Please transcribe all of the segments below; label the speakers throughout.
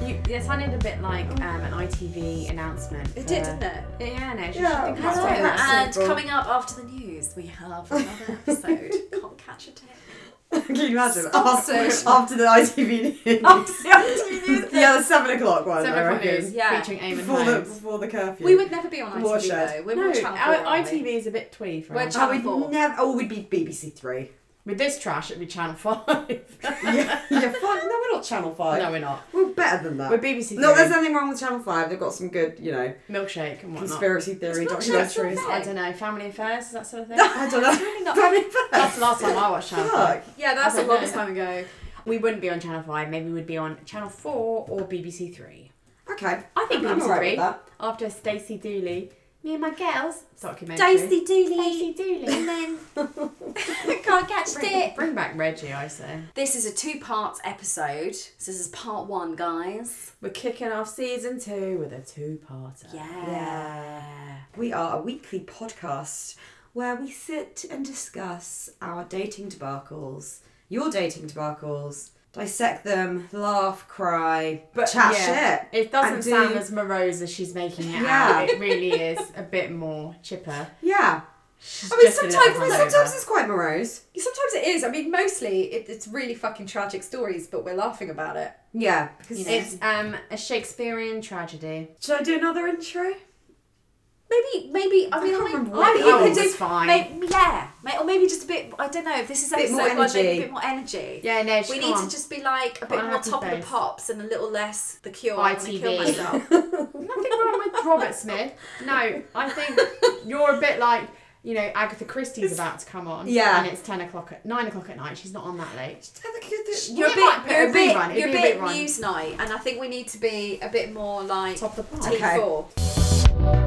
Speaker 1: It sounded a bit like um, an ITV announcement.
Speaker 2: It
Speaker 1: for-
Speaker 2: did, didn't it?
Speaker 1: Yeah, no, she
Speaker 2: Yeah.
Speaker 1: should think
Speaker 2: Hello,
Speaker 1: that's very
Speaker 2: and
Speaker 1: sensible.
Speaker 2: coming up after the news, we have another episode. Can't catch a tip.
Speaker 3: Can you imagine? After,
Speaker 2: Sponsored.
Speaker 3: after the ITV news.
Speaker 1: Oh,
Speaker 3: yeah, the 7 o'clock one,
Speaker 1: Seven
Speaker 3: I
Speaker 1: o'clock
Speaker 3: reckon.
Speaker 1: news,
Speaker 2: Yeah.
Speaker 1: featuring Eamon
Speaker 3: Before the,
Speaker 1: Holmes.
Speaker 3: before the curfew.
Speaker 2: We would never be on ITV
Speaker 3: Watershed.
Speaker 2: though. We're
Speaker 1: no,
Speaker 2: more Channel 4,
Speaker 1: our
Speaker 2: aren't we?
Speaker 1: ITV is a bit twee for
Speaker 2: We're
Speaker 1: us.
Speaker 2: Channel
Speaker 3: I
Speaker 2: four.
Speaker 3: would never. Oh, we'd be BBC Three.
Speaker 1: With this trash, it'd be Channel 5.
Speaker 3: yeah, yeah, fine. No, we're not Channel Five.
Speaker 1: no, we're not.
Speaker 3: we're better than that.
Speaker 1: We're BBC
Speaker 3: no,
Speaker 1: Three.
Speaker 3: there's nothing wrong with Channel Five. They've got some good, you know,
Speaker 1: Milkshake and whatnot.
Speaker 3: conspiracy theory
Speaker 2: not Channel
Speaker 3: documentaries.
Speaker 2: Five.
Speaker 1: I don't know, family affairs, is that sort of thing?
Speaker 3: I don't know.
Speaker 2: It's really not-
Speaker 3: Family First.
Speaker 1: That's the last time I watched Channel 5.
Speaker 3: Fuck.
Speaker 2: Yeah, that's
Speaker 1: I
Speaker 2: a
Speaker 1: don't
Speaker 2: long
Speaker 1: know.
Speaker 2: time ago.
Speaker 1: We wouldn't be on Channel 5, maybe we'd be on Channel 4 or BBC 3.
Speaker 3: Okay.
Speaker 1: I think
Speaker 3: I'm
Speaker 1: BBC
Speaker 3: alright
Speaker 1: 3.
Speaker 3: with that.
Speaker 1: After Stacey Dooley, Me and My Girls documentary.
Speaker 2: Daisy Dooley.
Speaker 1: Stacey Dooley.
Speaker 2: And then can't catch a
Speaker 1: Bring,
Speaker 2: tip.
Speaker 1: bring back Reggie, I say.
Speaker 2: This is a two-part episode. So this is part one, guys.
Speaker 1: We're kicking off season two with a two-parter.
Speaker 2: Yeah.
Speaker 3: We are a weekly podcast where we sit and discuss our dating debacles, your dating debacles, dissect them, laugh, cry, but chat
Speaker 1: yeah,
Speaker 3: shit.
Speaker 1: It doesn't
Speaker 3: and do-
Speaker 1: sound as morose as she's making it
Speaker 3: Yeah.
Speaker 1: out. It really is a bit more chipper.
Speaker 3: Yeah.
Speaker 1: She's
Speaker 3: I mean,
Speaker 1: just a little
Speaker 3: sometimes, I mean,
Speaker 1: hungover.
Speaker 3: sometimes it's quite morose.
Speaker 2: Sometimes it is. I mean, mostly it, it's really fucking tragic stories, but we're laughing about it.
Speaker 3: Yeah. Because
Speaker 1: It's um, a Shakespearean tragedy.
Speaker 3: Should I do another intro?
Speaker 2: Maybe, maybe. I mean, I,
Speaker 3: can't remember what
Speaker 2: I
Speaker 3: the
Speaker 2: think you
Speaker 3: hour
Speaker 2: could
Speaker 1: was
Speaker 2: do.
Speaker 1: fine.
Speaker 2: Maybe, yeah, may, or maybe just a bit. I don't know. If this is
Speaker 3: Bit more
Speaker 2: episode one, maybe
Speaker 3: energy.
Speaker 2: a bit more energy.
Speaker 1: Yeah, no,
Speaker 2: We
Speaker 1: she
Speaker 2: need
Speaker 1: can't.
Speaker 2: to just be like a
Speaker 1: Put
Speaker 2: bit
Speaker 1: on a
Speaker 2: more
Speaker 1: happy
Speaker 2: top of the
Speaker 1: face.
Speaker 2: pops and a little less the cure. I want to kill
Speaker 1: ITV.
Speaker 2: myself.
Speaker 1: Nothing wrong with Robert Smith. No, I think you're a bit like you know Agatha Christie's about to come on.
Speaker 3: Yeah.
Speaker 1: and it's ten o'clock at nine o'clock at night. She's not on that late.
Speaker 3: Have a good-
Speaker 2: You're a
Speaker 1: it
Speaker 2: bit,
Speaker 1: might be a
Speaker 2: you're a bit,
Speaker 1: rerun, it'd
Speaker 2: you're a
Speaker 1: be a
Speaker 2: bit
Speaker 1: rerun.
Speaker 2: news night, and I think we need to be a bit more like
Speaker 1: Top of the pile.
Speaker 2: T
Speaker 3: Okay.
Speaker 2: four.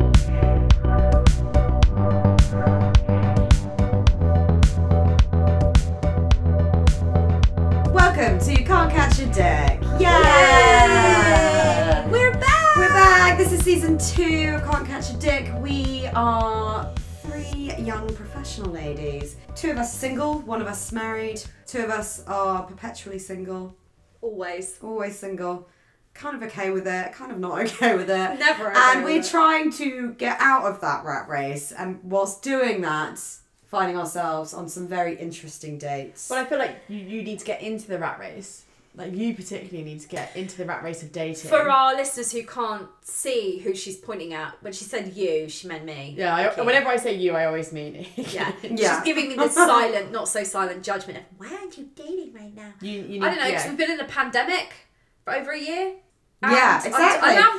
Speaker 3: Welcome to Can't Catch a Dick. Yay!
Speaker 2: Yay! We're back.
Speaker 3: We're back. This is season two of Can't Catch a Dick. We are three young professional ladies. Two of us single, one of us married, two of us are perpetually single,
Speaker 2: Always.
Speaker 3: always single. Kind of okay with it, kind of not okay with it.
Speaker 2: Never okay
Speaker 3: And
Speaker 2: with
Speaker 3: we're
Speaker 2: it.
Speaker 3: trying to get out of that rat race, and whilst doing that, finding ourselves on some very interesting dates.
Speaker 1: But I feel like you, you need to get into the rat race. Like you particularly need to get into the rat race of dating.
Speaker 2: For our listeners who can't see who she's pointing at, when she said you, she meant me.
Speaker 1: yeah, I,
Speaker 2: Okay.
Speaker 1: whenever I say you, I always mean it.
Speaker 2: Yeah.
Speaker 3: Yeah.
Speaker 2: She's giving me this silent, not so silent judgment of why aren't you dating right now?
Speaker 1: You, you need,
Speaker 2: I don't know, because
Speaker 1: yeah.
Speaker 2: we've been in a pandemic for over a year.
Speaker 3: Yeah,
Speaker 2: and I'm-
Speaker 3: exactly.
Speaker 2: I am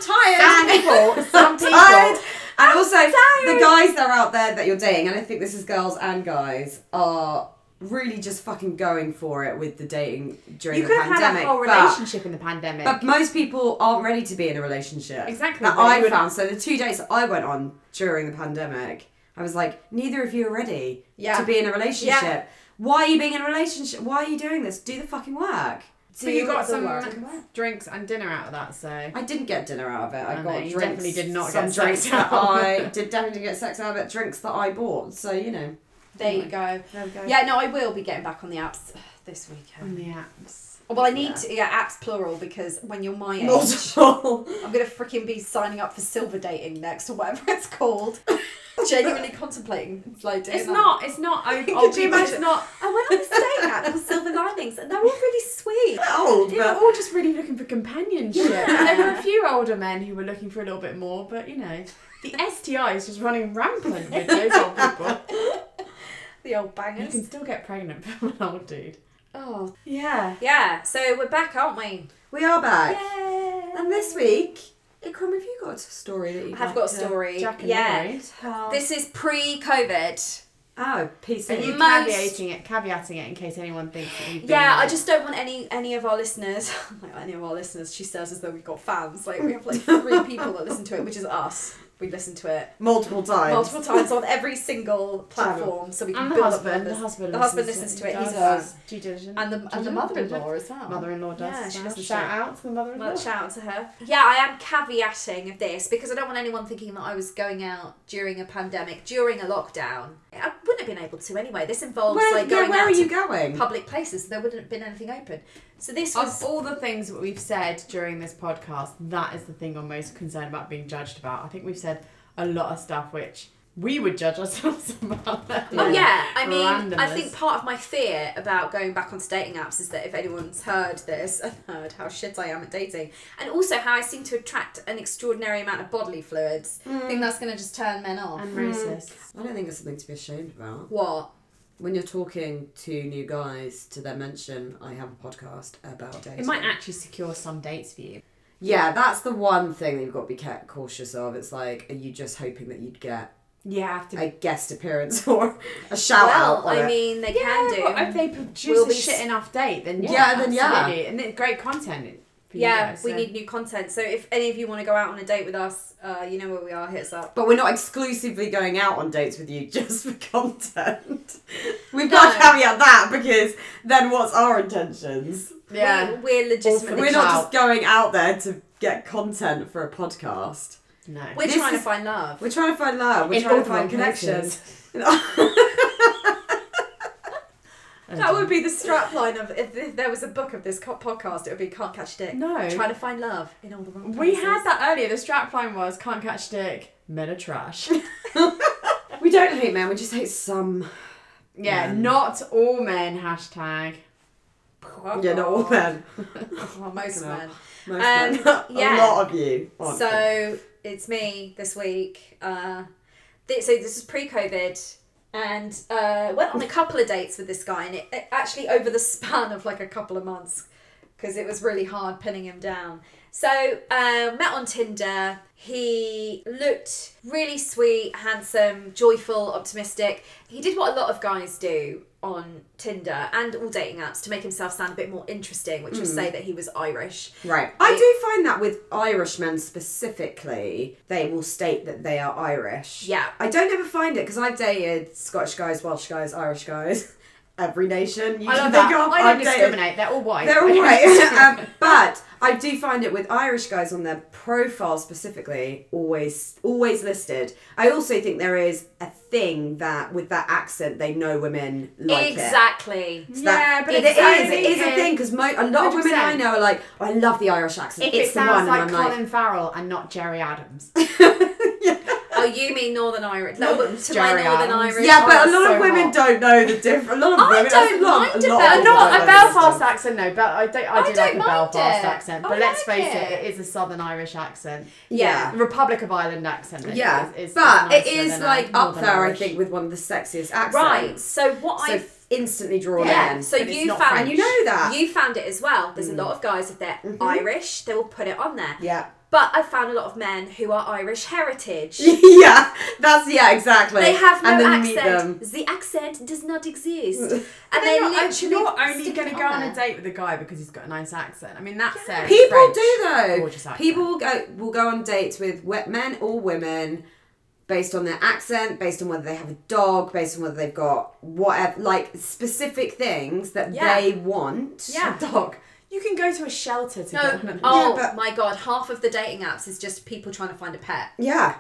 Speaker 3: Some people,
Speaker 2: tired.
Speaker 3: some people.
Speaker 1: tired.
Speaker 3: And also, the guys that are out there that you're dating, and I think this is girls and guys, are really just fucking going for it with the dating during
Speaker 1: You
Speaker 3: the
Speaker 1: could have
Speaker 3: pandemic.
Speaker 1: had a whole
Speaker 3: but-
Speaker 1: relationship in the pandemic.
Speaker 3: But, most people aren't ready to be in a relationship.
Speaker 1: Exactly,
Speaker 3: That
Speaker 1: but you
Speaker 3: I
Speaker 1: would-
Speaker 3: found. So the two dates that I went on during the pandemic, I was like, neither of you are ready
Speaker 2: Yeah.
Speaker 3: to be in a relationship.
Speaker 2: Yeah.
Speaker 3: Why are you being in a relationship? Why are you doing this? Do the fucking work. Do
Speaker 1: But you got
Speaker 3: the
Speaker 1: some
Speaker 3: work.
Speaker 1: drinks and dinner out of that, so.
Speaker 3: I didn't get dinner out of it. I,
Speaker 1: I
Speaker 3: got
Speaker 1: know, you
Speaker 3: drinks.
Speaker 1: definitely did not
Speaker 3: some
Speaker 1: get
Speaker 3: drinks
Speaker 1: sex
Speaker 3: that
Speaker 1: out.
Speaker 3: I did definitely didn't get sex out of it. Drinks that I bought. So you know.
Speaker 2: There you go.
Speaker 3: There we go.
Speaker 2: Yeah, no, I will be getting back on the apps this weekend.
Speaker 1: On the apps.
Speaker 2: Well, I need to, yeah, apps plural because when you're my age,
Speaker 3: Multiple.
Speaker 2: I'm gonna freaking be signing up for silver dating next or whatever it's called. Genuinely contemplating like doing
Speaker 1: It's
Speaker 2: that.
Speaker 1: not, it's not, I,
Speaker 2: Could
Speaker 1: I'll
Speaker 2: you
Speaker 1: be honest,
Speaker 2: imagine?
Speaker 1: it's not.
Speaker 2: I went on this dating app called Silver Linings, and they're all really sweet.
Speaker 3: Old,
Speaker 1: They were
Speaker 3: but
Speaker 1: all just really looking for companionship.
Speaker 2: Yeah.
Speaker 1: There were a few older men who were looking for a little bit more, but you know, the STI is just running rampant with those old people.
Speaker 2: The old
Speaker 1: You
Speaker 2: bangers.
Speaker 1: can still get pregnant from an old dude.
Speaker 2: Oh.
Speaker 1: Yeah.
Speaker 2: Yeah, so we're back, aren't we?
Speaker 3: we are back.
Speaker 2: Yay!
Speaker 3: And this week, Ikram, have you got a story that you
Speaker 2: I have got a story.
Speaker 1: Jack and
Speaker 2: yeah.
Speaker 1: Mary.
Speaker 3: Tell.
Speaker 2: This is pre COVID.
Speaker 3: oh, PC.
Speaker 1: Are you
Speaker 2: Most-
Speaker 1: caveating it, caveating it in case anyone thinks that you've been
Speaker 2: Yeah, I
Speaker 1: like-
Speaker 2: just don't want any any of our listeners, like any of our listeners, she says as though we've got fans. Like we have like three people that listen to it, which is us. We listen to it
Speaker 3: multiple times.
Speaker 2: multiple times on every single platform, so we can
Speaker 1: And the
Speaker 2: build
Speaker 1: husband,
Speaker 2: up
Speaker 1: the
Speaker 2: numbers.
Speaker 1: husband,
Speaker 2: The husband listens to it. He
Speaker 1: Does
Speaker 2: does.
Speaker 1: Due diligence.
Speaker 2: And the, and the mother-in-law as well.
Speaker 1: Mother-in-law does.
Speaker 2: Yeah, she
Speaker 1: well.
Speaker 2: doesn't
Speaker 1: shout
Speaker 2: shout.
Speaker 1: out to the mother-in-law.
Speaker 2: Well, shout out to her. Yeah, I am caveating of this because I don't want anyone thinking that I was going out during a pandemic, during a lockdown. I wouldn't have been able to anyway. This involves
Speaker 3: Where,
Speaker 2: like
Speaker 3: yeah,
Speaker 2: going
Speaker 3: where
Speaker 2: out
Speaker 3: are you
Speaker 2: to
Speaker 3: going?
Speaker 2: public places. There wouldn't have been anything open. So this
Speaker 1: Of
Speaker 2: was
Speaker 1: all the things that we've said during this podcast, that is the thing I'm most concerned about being judged about. I think we've said a lot of stuff which we would judge ourselves about.
Speaker 2: Oh yeah, I mean, I
Speaker 1: Randomness.
Speaker 2: think part of my fear about going back on dating apps is that if anyone's heard this and heard how shit I am at dating, and also how I seem to attract an extraordinary amount of bodily fluids, I
Speaker 3: Hmm.
Speaker 2: think that's gonna just turn men off.
Speaker 1: And racist.
Speaker 3: I don't think it's something to be ashamed about.
Speaker 2: what?
Speaker 3: When you're talking to new guys, to their mention, I have a podcast about dating.
Speaker 1: It might actually secure some dates for you.
Speaker 3: yeah, that's the one thing that you've got to be ca- cautious of. It's like, are you just hoping that you'd get
Speaker 1: Yeah, I have to
Speaker 3: a guest appearance or a shout out?
Speaker 2: well,
Speaker 3: on
Speaker 2: I
Speaker 3: it?
Speaker 2: mean, they
Speaker 1: Yeah,
Speaker 2: can do.
Speaker 1: but if they produce
Speaker 2: We'll
Speaker 1: a
Speaker 2: be
Speaker 1: shit
Speaker 2: s-
Speaker 1: enough date, then yeah,
Speaker 3: Yeah, then yeah.
Speaker 1: absolutely. and it's great content. For you
Speaker 2: yeah,
Speaker 1: guys,
Speaker 2: we
Speaker 1: so-
Speaker 2: need new content. So if any of you want to go out on a date with us, uh, you know where we are. Hit us up.
Speaker 3: But we're not exclusively going out on dates with you just for content. We've
Speaker 2: No.
Speaker 3: got to caveat that because then what's our intentions?
Speaker 1: Yeah,
Speaker 2: we, we're
Speaker 1: For
Speaker 2: legitimate.
Speaker 1: the
Speaker 3: We're not
Speaker 1: clout.
Speaker 3: just going out there to get content for a podcast.
Speaker 1: no.
Speaker 2: We're
Speaker 3: This
Speaker 2: trying
Speaker 3: is-
Speaker 2: to find love.
Speaker 3: We're trying to find love. We're
Speaker 1: In all
Speaker 3: trying
Speaker 1: the
Speaker 3: to find
Speaker 1: wrong
Speaker 3: connections.
Speaker 2: That would be the strapline of if, if there was a book of this co- podcast, it would be "Can't Catch Dick."
Speaker 1: No.
Speaker 2: trying to find love in all the wrong.
Speaker 1: We
Speaker 2: places.
Speaker 1: had that earlier. The strapline was "Can't catch dick, men are trash."
Speaker 3: we don't hate men. We just hate some.
Speaker 1: Yeah,
Speaker 3: Men.
Speaker 1: not all men. Hashtag.
Speaker 3: Yeah, not all men.
Speaker 2: Well, Oh, most
Speaker 3: Fucking
Speaker 2: men.
Speaker 3: Most
Speaker 2: Um,
Speaker 3: men.
Speaker 2: yeah.
Speaker 3: a lot of you. honestly.
Speaker 2: So it's me this week. Uh, th- so this is pre-COVID, and uh, went on a couple of dates with this guy, and it, it actually over the span of like a couple of months, because it was really hard pinning him down. So uh, met on Tinder. He looked really sweet, handsome, joyful, optimistic. He did what a lot of guys do on Tinder and all dating apps to make himself sound a bit more interesting, which was say that he was Irish.
Speaker 3: Hmm. Right. I do find that with Irishmen specifically, they will state that they are Irish.
Speaker 2: Yeah.
Speaker 3: I don't ever find it because I've dated Scottish guys, Welsh guys, Irish guys, every nation. You
Speaker 1: I
Speaker 3: can
Speaker 1: love
Speaker 3: think
Speaker 1: that.
Speaker 3: of,
Speaker 1: I
Speaker 3: I've
Speaker 1: don't
Speaker 3: dated.
Speaker 1: discriminate. They're all white.
Speaker 3: They're all right. um, but I do find it with Irish guys on their profile specifically always always listed. I also think there is a thing that with that accent they know women like it. Hmm.
Speaker 2: exactly.
Speaker 3: So that-
Speaker 1: Yeah, but
Speaker 3: it is.
Speaker 1: it's
Speaker 3: It
Speaker 1: only
Speaker 3: is a
Speaker 1: if-
Speaker 3: thing because a lot of women I
Speaker 1: 100%.
Speaker 3: know are like, oh, I love the Irish accent.
Speaker 1: If
Speaker 3: it's
Speaker 1: it
Speaker 3: the one,
Speaker 1: sounds like
Speaker 3: and I'm
Speaker 1: Colin Farrell and not Jerry Adams,
Speaker 2: Oh, you mean Northern Irish? No, but to my
Speaker 1: Jerry
Speaker 2: Northern
Speaker 1: Adams.
Speaker 2: Irish.
Speaker 3: yeah, but
Speaker 1: that's
Speaker 3: a lot
Speaker 1: so
Speaker 3: of women
Speaker 1: hot.
Speaker 3: don't know the difference. A lot of
Speaker 2: I
Speaker 3: women,
Speaker 2: don't
Speaker 3: a lot,
Speaker 2: mind
Speaker 3: a
Speaker 2: it,
Speaker 3: lot
Speaker 2: but
Speaker 3: of
Speaker 1: not a
Speaker 3: women-
Speaker 1: Belfast accent, no. But I don't. I, do
Speaker 2: don't
Speaker 1: like a
Speaker 2: mind
Speaker 1: Belfast
Speaker 2: it.
Speaker 1: accent.
Speaker 2: I
Speaker 1: But let's
Speaker 2: like
Speaker 1: face it.
Speaker 2: it.
Speaker 1: it is a Southern Irish accent.
Speaker 3: Yeah.
Speaker 1: The Republic of Ireland accent. it
Speaker 3: Yeah,
Speaker 1: is- is
Speaker 3: but it
Speaker 1: nicer
Speaker 3: is
Speaker 1: than a
Speaker 3: like up
Speaker 1: Northern
Speaker 3: there,
Speaker 1: Irish.
Speaker 3: I think, with one of the sexiest accents.
Speaker 2: Right. So what
Speaker 3: So
Speaker 2: I
Speaker 3: instantly drawn
Speaker 2: yeah.
Speaker 3: in.
Speaker 2: So
Speaker 1: but it's
Speaker 2: you
Speaker 1: not
Speaker 2: found
Speaker 1: French.
Speaker 3: and you know that. Mm. Mm-hmm.
Speaker 2: you found it as well. There's a lot of guys if they're Irish, they will put it on there.
Speaker 3: yeah.
Speaker 2: But I found a lot of men who are Irish heritage.
Speaker 3: yeah. That's yeah, exactly.
Speaker 2: They have no
Speaker 3: and then you meet
Speaker 2: accent.
Speaker 3: them.
Speaker 2: The accent does not exist. and
Speaker 1: And
Speaker 2: they
Speaker 1: then you're,
Speaker 2: literally
Speaker 1: you're only
Speaker 2: stick
Speaker 1: going to
Speaker 2: it
Speaker 1: go on a
Speaker 2: there.
Speaker 1: date with a guy because he's got a nice accent. I mean, that's it.
Speaker 3: People
Speaker 1: French,
Speaker 3: do though.
Speaker 1: gorgeous accent.
Speaker 3: People will go will go on dates with wet men or women based on their accent, based on whether they have a dog, based on whether they've got whatever like specific things that
Speaker 2: Yeah.
Speaker 3: they want.
Speaker 2: Yeah.
Speaker 1: dog. You can go to a shelter to get
Speaker 2: No.
Speaker 1: them.
Speaker 2: Oh
Speaker 3: but-
Speaker 2: my god, half of the dating apps is just people trying to find a pet.
Speaker 3: Yeah.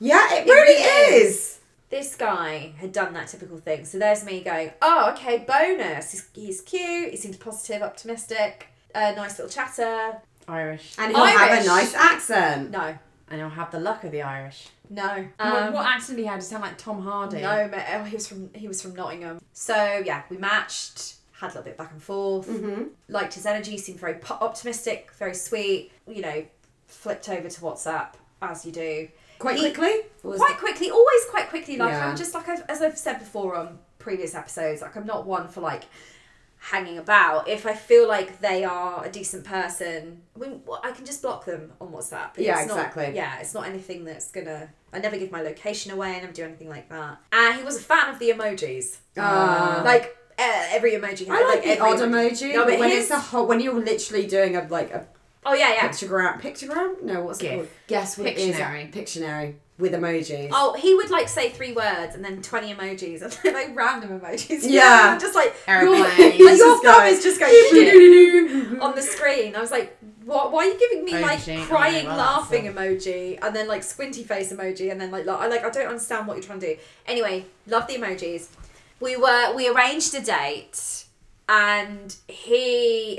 Speaker 3: Yeah, it, really,
Speaker 2: really
Speaker 3: is.
Speaker 2: this guy had done that typical thing. So there's me going, oh, okay, bonus. He's, he's cute. He seems positive, optimistic. A nice little chatter.
Speaker 1: Irish.
Speaker 3: And he'll have
Speaker 2: Irish.
Speaker 3: a nice accent.
Speaker 2: No,
Speaker 1: And I'll have the luck of the Irish.
Speaker 2: no.
Speaker 1: What-
Speaker 2: Um,
Speaker 1: what accent do you have? You sound like Tom Hardy.
Speaker 2: no, ma- oh, he was from he was from Nottingham. So yeah, we matched. Had a little bit back and forth.
Speaker 3: Mm-hmm.
Speaker 2: Liked his energy. Seemed very po- optimistic, very sweet. You know, flipped over to WhatsApp as you do.
Speaker 3: Quite
Speaker 2: He-
Speaker 3: quickly? Or was
Speaker 2: quite quickly, always quite quickly. Like
Speaker 3: Yeah.
Speaker 2: I'm just like I've, as I've said before on previous episodes, like I'm not one for like hanging about. If I feel like they are a decent person, I, mean, wh- I can just block them on WhatsApp.
Speaker 3: Yeah,
Speaker 2: It's not-
Speaker 3: exactly.
Speaker 2: yeah, it's not anything that's gonna. I never give my location away. I never do anything like that. And he was a fan of the emojis.
Speaker 3: Ah.
Speaker 2: like. Uh, every emoji.
Speaker 3: I like the
Speaker 2: every
Speaker 3: odd emoji,
Speaker 2: No,
Speaker 3: but,
Speaker 2: but
Speaker 3: when
Speaker 2: his-
Speaker 3: it's a whole, when you're literally doing a like a
Speaker 2: Oh yeah, yeah.
Speaker 3: pictogram, pictogram? No, what's
Speaker 1: GIF.
Speaker 3: it called? Guess what
Speaker 1: Pictionary.
Speaker 3: it is? Pictionary with emojis.
Speaker 2: Oh, he would like say three words and then twenty emojis and then like random emojis. You
Speaker 3: Yeah.
Speaker 2: know, just like your-
Speaker 1: Airplane.
Speaker 2: your,
Speaker 3: It's just
Speaker 2: thumb
Speaker 3: going-
Speaker 2: is just going on the screen. I was like, what? Why are you giving me
Speaker 1: Oh,
Speaker 2: like
Speaker 1: shit. Oh,
Speaker 2: crying,
Speaker 1: well, that's
Speaker 2: laughing emoji and then like squinty face emoji and then like, like I like I don't understand what you're trying to do. Anyway, love the emojis. We were we arranged a date and he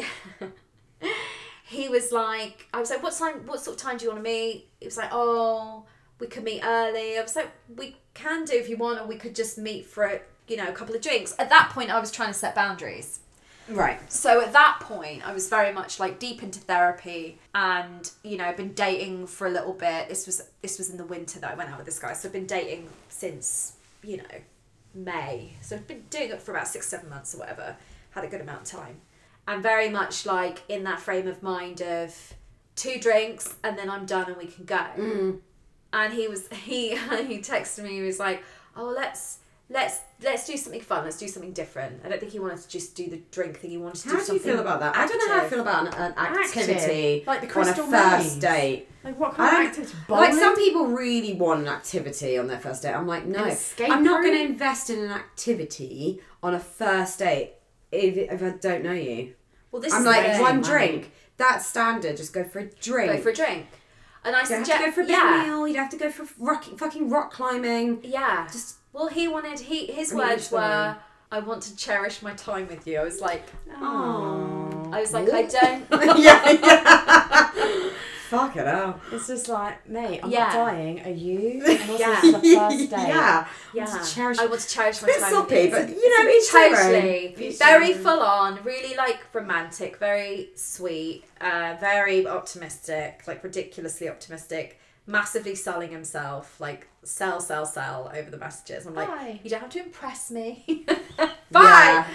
Speaker 2: he was like, I was like, what time? What sort of time do you want to meet? He was like, oh, we could meet early. I was like, we can do if you want, or we could just meet for you know a couple of drinks. At that point, I was trying to set boundaries.
Speaker 3: Right.
Speaker 2: So at that point, I was very much like deep into therapy, and you know, I've been dating for a little bit. This was this was in the winter that I went out with this guy, so I've been dating since you know May. So I've been doing it for about six, seven months or whatever. Had a good amount of time, and very much like in that frame of mind of two drinks, and then I'm done, and we can go
Speaker 3: Mm.
Speaker 2: and he was he he texted me he was like oh let's let's let's do something fun let's do something different i don't think he wanted to just do the drink thing he wanted to do
Speaker 3: How do you
Speaker 2: something
Speaker 3: feel about that? I don't know how I
Speaker 2: active.
Speaker 3: feel about an, an activity
Speaker 1: Active. Like the
Speaker 3: on a
Speaker 1: Crystal
Speaker 3: first
Speaker 1: Maze.
Speaker 3: date.
Speaker 1: Like what
Speaker 3: I
Speaker 1: kind
Speaker 3: don't-
Speaker 1: of activity?
Speaker 3: Like
Speaker 1: Bowling?
Speaker 3: some people really want an activity on their first date. I'm like, no,
Speaker 1: An escape
Speaker 3: I'm not going to
Speaker 1: room?
Speaker 3: invest in an activity on a first date if, if I don't know you.
Speaker 2: well this
Speaker 3: I'm
Speaker 2: is
Speaker 3: like
Speaker 2: the-
Speaker 3: one
Speaker 1: money.
Speaker 3: drink. That's standard. Just go for a drink.
Speaker 2: go for a drink and i
Speaker 3: you don't have
Speaker 2: suggest
Speaker 3: to go for a big
Speaker 2: yeah
Speaker 3: meal. You'd have to go for rock, fucking rock climbing.
Speaker 2: yeah
Speaker 3: Just
Speaker 2: well he wanted he his
Speaker 3: I mean,
Speaker 2: words
Speaker 3: sorry.
Speaker 2: were i want to cherish my time with you i was like
Speaker 3: oh,
Speaker 2: i was like i don't
Speaker 3: yeah, yeah. Fuck it out.
Speaker 1: It's just like, mate, I'm
Speaker 2: Yeah.
Speaker 1: not dying. Are you? And also,
Speaker 2: Yeah.
Speaker 1: this is the first day.
Speaker 3: Yeah,
Speaker 2: yeah
Speaker 3: Just cherish.
Speaker 2: i want to cherish my
Speaker 3: bit
Speaker 2: time
Speaker 3: soppy,
Speaker 2: with you
Speaker 3: but you know, each their own.
Speaker 2: totally
Speaker 1: Each
Speaker 2: very
Speaker 1: their own.
Speaker 2: full on really like romantic very sweet uh very optimistic like ridiculously optimistic massively selling himself like sell sell sell over the messages i'm like
Speaker 1: Bye.
Speaker 2: you don't have to impress me bye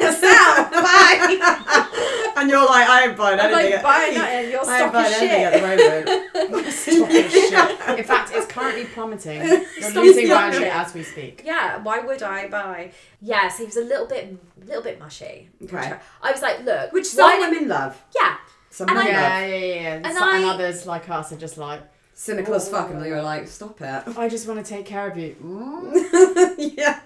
Speaker 3: Yeah. Sell. Bye. and you're like, I ain't buying
Speaker 2: i'm
Speaker 3: anything.
Speaker 2: like
Speaker 3: at-
Speaker 2: bye nothing you're
Speaker 3: I ain't
Speaker 2: stock
Speaker 3: buying
Speaker 2: as
Speaker 3: anything
Speaker 2: shit
Speaker 3: at the moment.
Speaker 1: Stop this shit. In fact, it's currently plummeting. You're
Speaker 2: Stop
Speaker 1: losing
Speaker 2: it.
Speaker 1: value as we speak.
Speaker 2: yeah why would i buy yeah so he was a little bit little bit mushy
Speaker 3: Okay.
Speaker 2: i was like look
Speaker 3: Which some
Speaker 2: why don't-
Speaker 3: women love.
Speaker 2: yeah
Speaker 3: Some
Speaker 2: And
Speaker 3: women
Speaker 2: I-
Speaker 3: love.
Speaker 1: Yeah, yeah, yeah. yeah. And,
Speaker 2: And
Speaker 1: so, and
Speaker 2: I-
Speaker 1: others like us are just like,
Speaker 3: Cynical as fuck, and you're like, stop it.
Speaker 1: I just want to take care of you. Mm.
Speaker 3: yeah.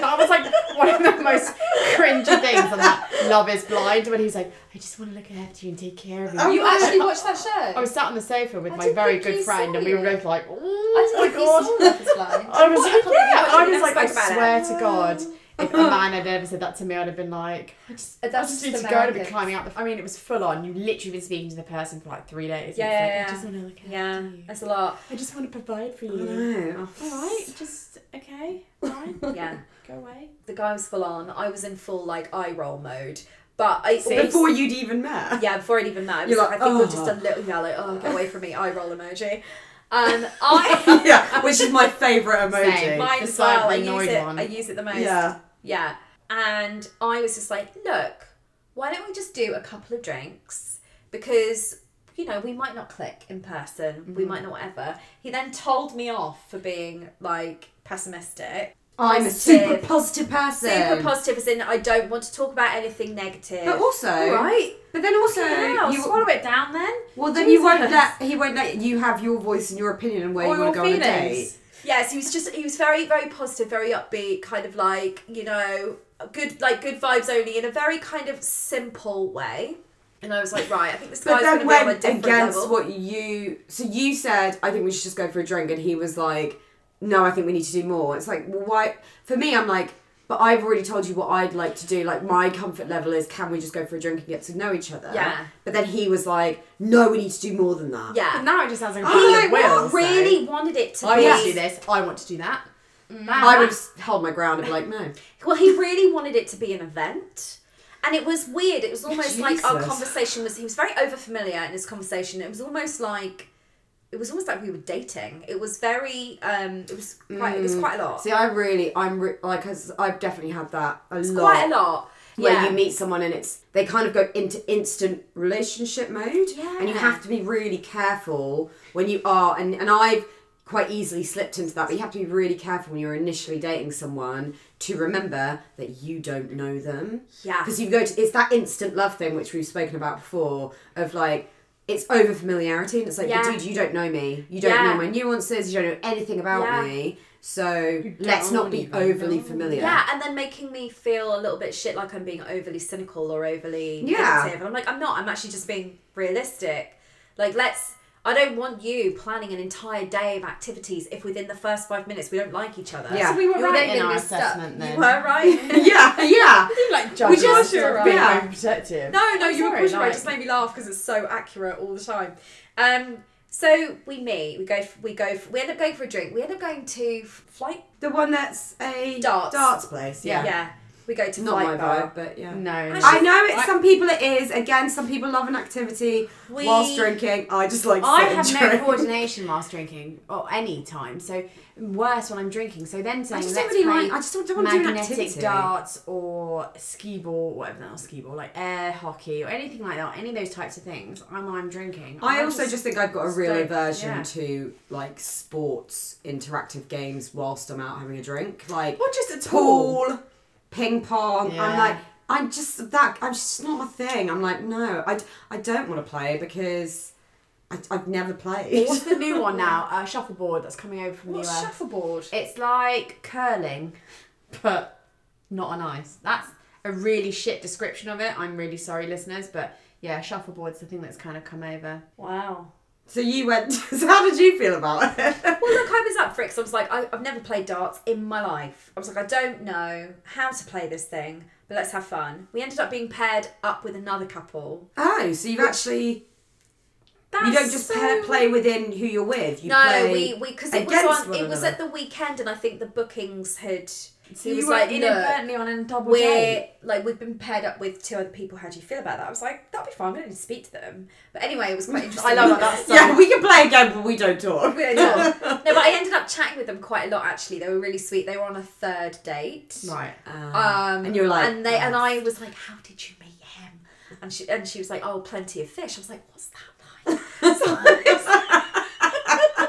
Speaker 1: That was like one of the most cringy things on that Love is Blind when he's like, I just want to look after you and take care of you.
Speaker 2: you actually watched that show
Speaker 1: Oh, I was sat on the sofa with
Speaker 2: I
Speaker 1: my
Speaker 2: didn't
Speaker 1: very
Speaker 2: think
Speaker 1: good
Speaker 2: you
Speaker 1: friend
Speaker 2: saw
Speaker 1: and we were
Speaker 2: it.
Speaker 1: both like,
Speaker 2: I
Speaker 1: oh
Speaker 2: didn't
Speaker 1: my
Speaker 2: think you
Speaker 1: god.
Speaker 2: saw Love is Blind.
Speaker 1: I was like,
Speaker 2: can't believe
Speaker 1: yeah,
Speaker 2: you
Speaker 1: I
Speaker 2: actually
Speaker 1: was like, I
Speaker 2: spoke about it.
Speaker 1: swear to God, if a man had ever said that to me, I'd have been like, I just, I
Speaker 2: That's
Speaker 1: just
Speaker 2: just
Speaker 1: need to go and be
Speaker 2: Americans.
Speaker 1: climbing up. The, I mean, it was full on. You literally been speaking to the person for like three days. and
Speaker 2: Yeah, yeah,
Speaker 1: it's like, I just want to look after
Speaker 2: Yeah,
Speaker 1: you.
Speaker 2: that's a lot.
Speaker 1: I just want to provide for
Speaker 3: I don't
Speaker 1: you.
Speaker 3: know.
Speaker 1: All right, just okay, fine,
Speaker 2: Yeah,
Speaker 1: go away.
Speaker 2: the guy was full on. I was in full like eye roll mode, but I
Speaker 1: See?
Speaker 3: Before you'd even met.
Speaker 2: yeah before it even mattered.
Speaker 3: You're
Speaker 2: Like,
Speaker 3: like,
Speaker 2: I think you're
Speaker 3: "Oh."
Speaker 2: just a little yeah like oh get away from me eye roll emoji. Um, I
Speaker 3: yeah, which is my favourite emoji.
Speaker 1: Same.
Speaker 2: mine
Speaker 1: The
Speaker 2: as well. I
Speaker 1: slightly
Speaker 2: use
Speaker 1: annoyed
Speaker 2: it.
Speaker 1: one.
Speaker 2: I use it the most.
Speaker 3: Yeah.
Speaker 2: yeah. And I was just like, look, why don't we just do a couple of drinks because. You know, we might not click in person.
Speaker 3: Mm-hmm.
Speaker 2: We might not whatever. He then told me off for being like pessimistic,
Speaker 3: I'm a
Speaker 2: Positive.
Speaker 3: super positive person.
Speaker 2: super positive as in I don't want to talk about anything negative.
Speaker 3: But also,
Speaker 2: right?
Speaker 3: but then also,
Speaker 2: Yeah,
Speaker 3: you,
Speaker 2: swallow it down then.
Speaker 3: well, then you won't
Speaker 2: Jesus.
Speaker 3: let he won't let you have your voice and your opinion and where
Speaker 2: Or
Speaker 3: you want to
Speaker 2: your
Speaker 3: go on a date.
Speaker 2: feelings. Yes, he was just he was very very positive, very upbeat, kind of like you know good like good vibes only in a very kind of simple way. And I was like, right, I think this
Speaker 3: But
Speaker 2: guy's
Speaker 3: then
Speaker 2: going to be on a
Speaker 3: went
Speaker 2: different
Speaker 3: against
Speaker 2: level.
Speaker 3: what you. So you said, I think we should just go for a drink, and he was like, No, I think we need to do more. It's like, well, why? For me, I'm like, but I've already told you what I'd like to do. Like my comfort level is, can we just go for a drink and get to know each other?
Speaker 2: Yeah.
Speaker 3: But then he was like, No, we need to do more than that.
Speaker 1: But
Speaker 2: yeah,
Speaker 1: now it just sounds like a
Speaker 3: I'm
Speaker 1: couple
Speaker 3: like,
Speaker 1: of
Speaker 3: what?
Speaker 1: wills. so-
Speaker 2: really wanted it to
Speaker 1: I
Speaker 2: be.
Speaker 1: want to do this. I want to do that. That-
Speaker 3: I would have held my ground and be like, No.
Speaker 2: Well, he really wanted it to be an event. And it was weird. It was almost like our
Speaker 3: Jesus.
Speaker 2: conversation was. He was very overfamiliar in his conversation. It was almost like, it was almost like we were dating. It was very. Um, it was quite. It
Speaker 3: Mm.
Speaker 2: was quite a lot.
Speaker 3: See, I really, I'm re- like, i I've definitely had that a lot.
Speaker 2: quite a lot.
Speaker 3: where
Speaker 2: yeah.
Speaker 3: you meet someone and it's they kind of go into instant relationship mode and you
Speaker 2: Yeah.
Speaker 3: have to be really careful when you are and, and i've quite easily slipped into that but you have to be really careful when you're initially dating someone to remember that you don't know them
Speaker 2: Yeah.
Speaker 3: because you go to it's that instant love thing which we've spoken about before of like it's over familiarity and it's like but
Speaker 2: Yeah.
Speaker 3: dude you don't know me you don't
Speaker 2: Yeah.
Speaker 3: know my nuances you don't know anything about
Speaker 2: Yeah.
Speaker 3: me so let's
Speaker 1: don't
Speaker 3: not be
Speaker 1: even
Speaker 3: overly
Speaker 1: know.
Speaker 3: familiar
Speaker 2: yeah, and then making me feel a little bit shit like I'm being overly cynical or overly
Speaker 3: Yeah.
Speaker 2: negative. And I'm like, I'm not. I'm actually just being realistic. Like, let's. I don't want you planning an entire day of activities if within the first five minutes we don't like each other.
Speaker 3: Yeah.
Speaker 1: So we were
Speaker 2: You're then
Speaker 1: right in
Speaker 2: gonna
Speaker 1: our
Speaker 2: be stuck.
Speaker 1: assessment then.
Speaker 2: You were right.
Speaker 3: yeah, yeah.
Speaker 1: I didn't like judge
Speaker 2: We just-
Speaker 1: us for
Speaker 2: yeah.
Speaker 1: being very protective.
Speaker 2: No, no,
Speaker 1: I'm
Speaker 2: you were
Speaker 1: sorry,
Speaker 2: pushing right.
Speaker 1: like-
Speaker 2: It just made me laugh because it's so accurate all the time. Um, so we meet. We go. f- We go. f- We end up going for a drink. We end up going to f- flight.
Speaker 3: The one that's a
Speaker 2: Darts.
Speaker 3: place.
Speaker 1: Yeah.
Speaker 2: Yeah.
Speaker 3: Yeah,
Speaker 2: We go to
Speaker 3: not
Speaker 2: flight
Speaker 3: my
Speaker 2: bar.
Speaker 3: vibe, but yeah.
Speaker 1: No,
Speaker 2: Actually,
Speaker 1: no.
Speaker 3: I know it.
Speaker 2: I-
Speaker 3: Some people it is. Again, some people love an activity
Speaker 2: We
Speaker 3: whilst drinking. I just like.
Speaker 1: I
Speaker 3: sit and
Speaker 1: have no
Speaker 3: drink.
Speaker 1: coordination whilst drinking or any time. So worse when I'm drinking. So then saying
Speaker 3: I just don't
Speaker 1: let's
Speaker 3: really
Speaker 1: play
Speaker 3: like. I just don't, want to do an
Speaker 1: magnetic
Speaker 3: activity.
Speaker 1: darts or skee ball, whatever that was, skee ball, like air hockey or anything like that. Any of those types of things. I'm I'm drinking.
Speaker 3: I
Speaker 1: I'm
Speaker 3: also just think I've got a real
Speaker 1: don't-
Speaker 3: aversion
Speaker 1: yeah.
Speaker 3: to like sports interactive games whilst I'm out having a drink. Like
Speaker 1: Well, just a
Speaker 3: pool, ping pong.
Speaker 1: Yeah.
Speaker 3: I'm like, I'm just that. I'm just not my thing. I'm like, no, I, d- I don't want to play because I, I've never played.
Speaker 1: What's the new one now? Uh, shuffleboard that's coming over from the
Speaker 2: What's
Speaker 1: US.
Speaker 2: shuffleboard?
Speaker 1: It's like curling, but not on ice. That's a really shit description of it. I'm really sorry, listeners, but yeah, shuffleboard's the thing that's kind of come over.
Speaker 2: Wow.
Speaker 3: so you went. So how did you feel about it?
Speaker 2: Well, look, I was up for it 'cause I was like, I, I've never played darts in my life. I was like, I don't know how to play this thing, but let's have fun. We ended up being paired up with another couple.
Speaker 3: Oh, so you've actually
Speaker 2: That's
Speaker 3: you don't just
Speaker 2: so
Speaker 3: pair, play within who you're with. You
Speaker 2: No,
Speaker 3: play
Speaker 2: we we because it
Speaker 3: against
Speaker 2: was on.
Speaker 3: one
Speaker 2: It was
Speaker 3: another.
Speaker 2: at the weekend, and I think the bookings had.
Speaker 1: So
Speaker 2: he
Speaker 1: you
Speaker 2: was
Speaker 1: were
Speaker 2: like, look,
Speaker 1: inadvertently on a double
Speaker 2: we're like we've been paired up with two other people. How do you feel about that? I was like, that'll be fine. We don't need to speak to them. But anyway, it was quite interesting.
Speaker 1: I love that. So
Speaker 3: yeah, we can play a game, but we don't talk.
Speaker 2: We don't talk. no, but I ended up chatting with them quite a lot. Actually, they were really sweet. They were on a third date.
Speaker 1: Right.
Speaker 2: Um,
Speaker 3: And you're like,
Speaker 2: and they and
Speaker 3: "Oh."
Speaker 2: I was like, how did you meet him? And she and she was like, oh, plenty of fish. I was like, what's that like? so I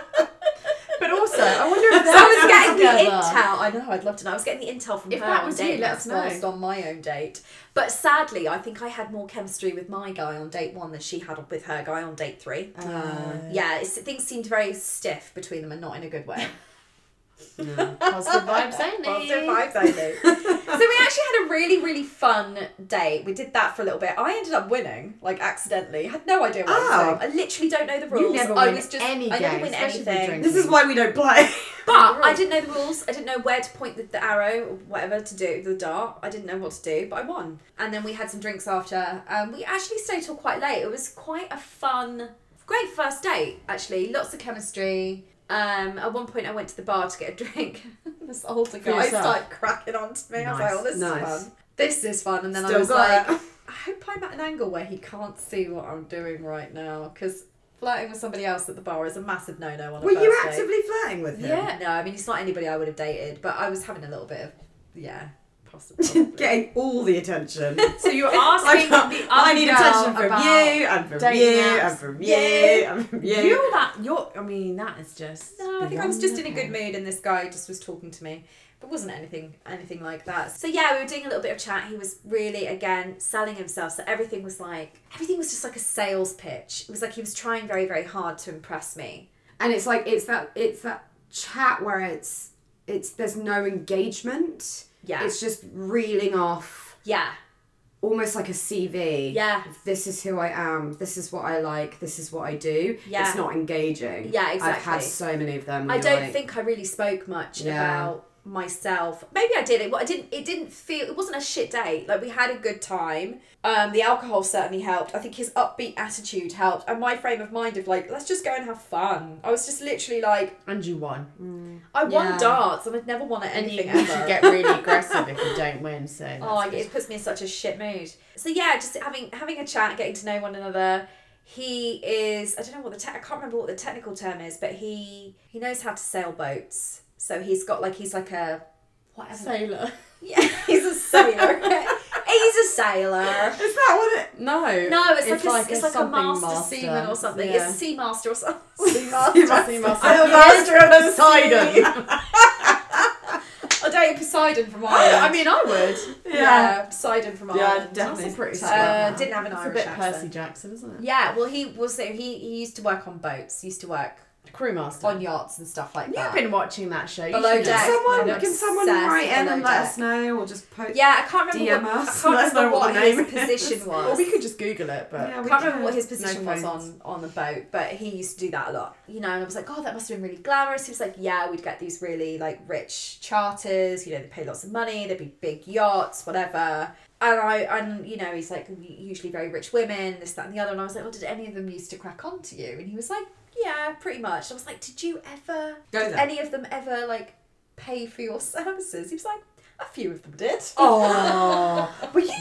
Speaker 1: But also, I wonder if
Speaker 2: was, so I was getting the intel. I know, I'd love to know. I was getting the intel from
Speaker 1: If
Speaker 2: her
Speaker 1: that
Speaker 2: on
Speaker 1: was you,
Speaker 2: date
Speaker 1: let us
Speaker 2: nights whilst
Speaker 1: know.
Speaker 2: on my own date. But sadly, I think I had more chemistry with my guy on date one than she had with her guy on date three.
Speaker 1: Uh,
Speaker 2: yeah, it's, things seemed very stiff between them and not in a good way.
Speaker 1: positive vibes only.
Speaker 2: Positive vibes only. so we actually had a really, really fun day. We did that for a little bit. I ended up winning, like accidentally. Had no idea what I
Speaker 3: Oh.
Speaker 2: was doing. I literally don't know the rules.
Speaker 1: never
Speaker 2: I
Speaker 1: win
Speaker 2: was just
Speaker 1: any
Speaker 2: I never
Speaker 1: game,
Speaker 2: win
Speaker 1: especially if you're
Speaker 2: anything.
Speaker 1: drinking.
Speaker 3: This is why we don't play.
Speaker 2: But I didn't know the rules. I didn't know where to point the, the arrow or whatever to do, the dart. I didn't know what to do, but I won. And then we had some drinks after. Um, we actually stayed till quite late. It was quite a fun, great first date, actually. Lots of chemistry. Um, at one point, I went to the bar to get a drink. this older guy
Speaker 1: yourself?
Speaker 2: started cracking on to me. I was like,
Speaker 1: Nice.
Speaker 2: oh, this
Speaker 3: Nice.
Speaker 2: is fun. This is fun. And then I
Speaker 3: Still
Speaker 2: was
Speaker 3: got
Speaker 2: like,
Speaker 3: it.
Speaker 2: I hope I'm at an angle where he can't see what I'm doing right now because flirting with somebody else at the bar is a massive no no on a
Speaker 3: Were you
Speaker 2: first date.
Speaker 3: actively flirting with him?
Speaker 2: Yeah, no, I mean it's not anybody I would have dated, but I was having a little bit of yeah, possibly.
Speaker 3: Getting all the attention.
Speaker 1: So you were
Speaker 3: Like,
Speaker 1: asking the other
Speaker 3: I need
Speaker 1: girl
Speaker 3: attention from
Speaker 1: about-
Speaker 3: you, and from
Speaker 1: dating
Speaker 3: you,
Speaker 1: apps.
Speaker 3: and from you, and from you.
Speaker 1: You that you're. I mean, that is just.
Speaker 2: No, I think I was just in a good
Speaker 1: beyond-
Speaker 2: mood and this guy just was talking to me. But wasn't anything anything like that. So yeah, we were doing a little bit of chat. He was really again selling himself. So everything was like everything was just like a sales pitch. It was like he was trying very very hard to impress me.
Speaker 3: and it's like it's that it's that chat where it's it's there's no engagement.
Speaker 2: Yeah.
Speaker 3: It's just reeling off
Speaker 2: Yeah.
Speaker 3: almost like a CV.
Speaker 2: Yeah.
Speaker 3: This is who I am. This is what I like. This is what I do.
Speaker 2: Yeah.
Speaker 3: It's not engaging.
Speaker 2: Yeah,
Speaker 3: I've had
Speaker 2: exactly.
Speaker 3: so many of them.
Speaker 2: I
Speaker 3: where
Speaker 2: don't
Speaker 3: you're like,
Speaker 2: think I really spoke much
Speaker 3: Yeah.
Speaker 2: about myself. Maybe I did it. Well, I didn't. It didn't feel. It wasn't a shit date. Like we had a good time. Um, the alcohol certainly helped. I think his upbeat attitude helped, and my frame of mind of like, let's just go and have fun. I was just literally like,
Speaker 1: And you won.
Speaker 2: I
Speaker 3: Yeah.
Speaker 2: won darts, and I'd never won at
Speaker 1: And you,
Speaker 2: anything
Speaker 1: you
Speaker 2: ever.
Speaker 1: should get really aggressive if you don't win. So. that's
Speaker 2: Oh,
Speaker 1: good.
Speaker 2: it puts me in such a shit mood. So yeah, just having having a chat, getting to know one another. He is I don't know what the te- I can't remember what the technical term is, but he he knows how to sail boats. So he's got like he's like a whatever.
Speaker 1: sailor.
Speaker 2: yeah, he's a sailor. he's a sailor.
Speaker 3: Is that what it?
Speaker 1: No.
Speaker 2: No, it's, like, a, it's like a master, seaman or something. It's a sea master or something. Sea
Speaker 1: Sea
Speaker 2: master.
Speaker 1: master.
Speaker 3: I don't know.
Speaker 1: Poseidon.
Speaker 2: I date Poseidon from Ireland.
Speaker 1: I mean, I would.
Speaker 2: yeah. Poseidon from
Speaker 3: Yeah,
Speaker 2: Ireland.
Speaker 3: definitely.
Speaker 1: That's a pretty.
Speaker 2: Uh,
Speaker 1: slap.
Speaker 2: didn't have an
Speaker 1: It's
Speaker 2: Irish
Speaker 1: a bit
Speaker 2: accent.
Speaker 1: Percy Jackson, isn't it?
Speaker 2: Yeah, well, he was he he used to work on boats. Used to work
Speaker 1: Crewmaster.
Speaker 2: on yachts and stuff like
Speaker 1: You've
Speaker 2: that.
Speaker 1: been watching that show. you
Speaker 2: Below
Speaker 1: should know.
Speaker 2: Deck.
Speaker 3: someone
Speaker 2: I'm
Speaker 3: can someone
Speaker 2: obsessed
Speaker 3: write in
Speaker 2: with
Speaker 3: and
Speaker 2: Below
Speaker 3: let
Speaker 2: Deck.
Speaker 3: us know, or just post.
Speaker 2: yeah, I can't remember.
Speaker 3: DM
Speaker 2: what, I
Speaker 3: us,
Speaker 2: can't
Speaker 3: let us
Speaker 2: remember
Speaker 3: know
Speaker 2: what,
Speaker 3: what the name
Speaker 2: his
Speaker 3: is.
Speaker 2: position was.
Speaker 1: Or we could just Google it, but
Speaker 3: Yeah,
Speaker 2: I
Speaker 3: we
Speaker 2: can't remember what his
Speaker 3: could. No
Speaker 2: position was
Speaker 3: phones.
Speaker 2: on, on the boat, but he used to do that a lot, you know. And I was like, oh, that must have been really glamorous. He was like, yeah, we'd get these really like rich charters, you know, they pay lots of money, there'd be big yachts, whatever. And I and you know, he's like usually very rich women, this, that, and the other. And I was like, well, did any of them used to crack on to you? And he was like, yeah, pretty much. I was like, did you ever?
Speaker 3: Go
Speaker 2: did
Speaker 3: there.
Speaker 2: any of them ever like pay for your services? He was like, a few of them did.
Speaker 1: Oh,
Speaker 2: Were you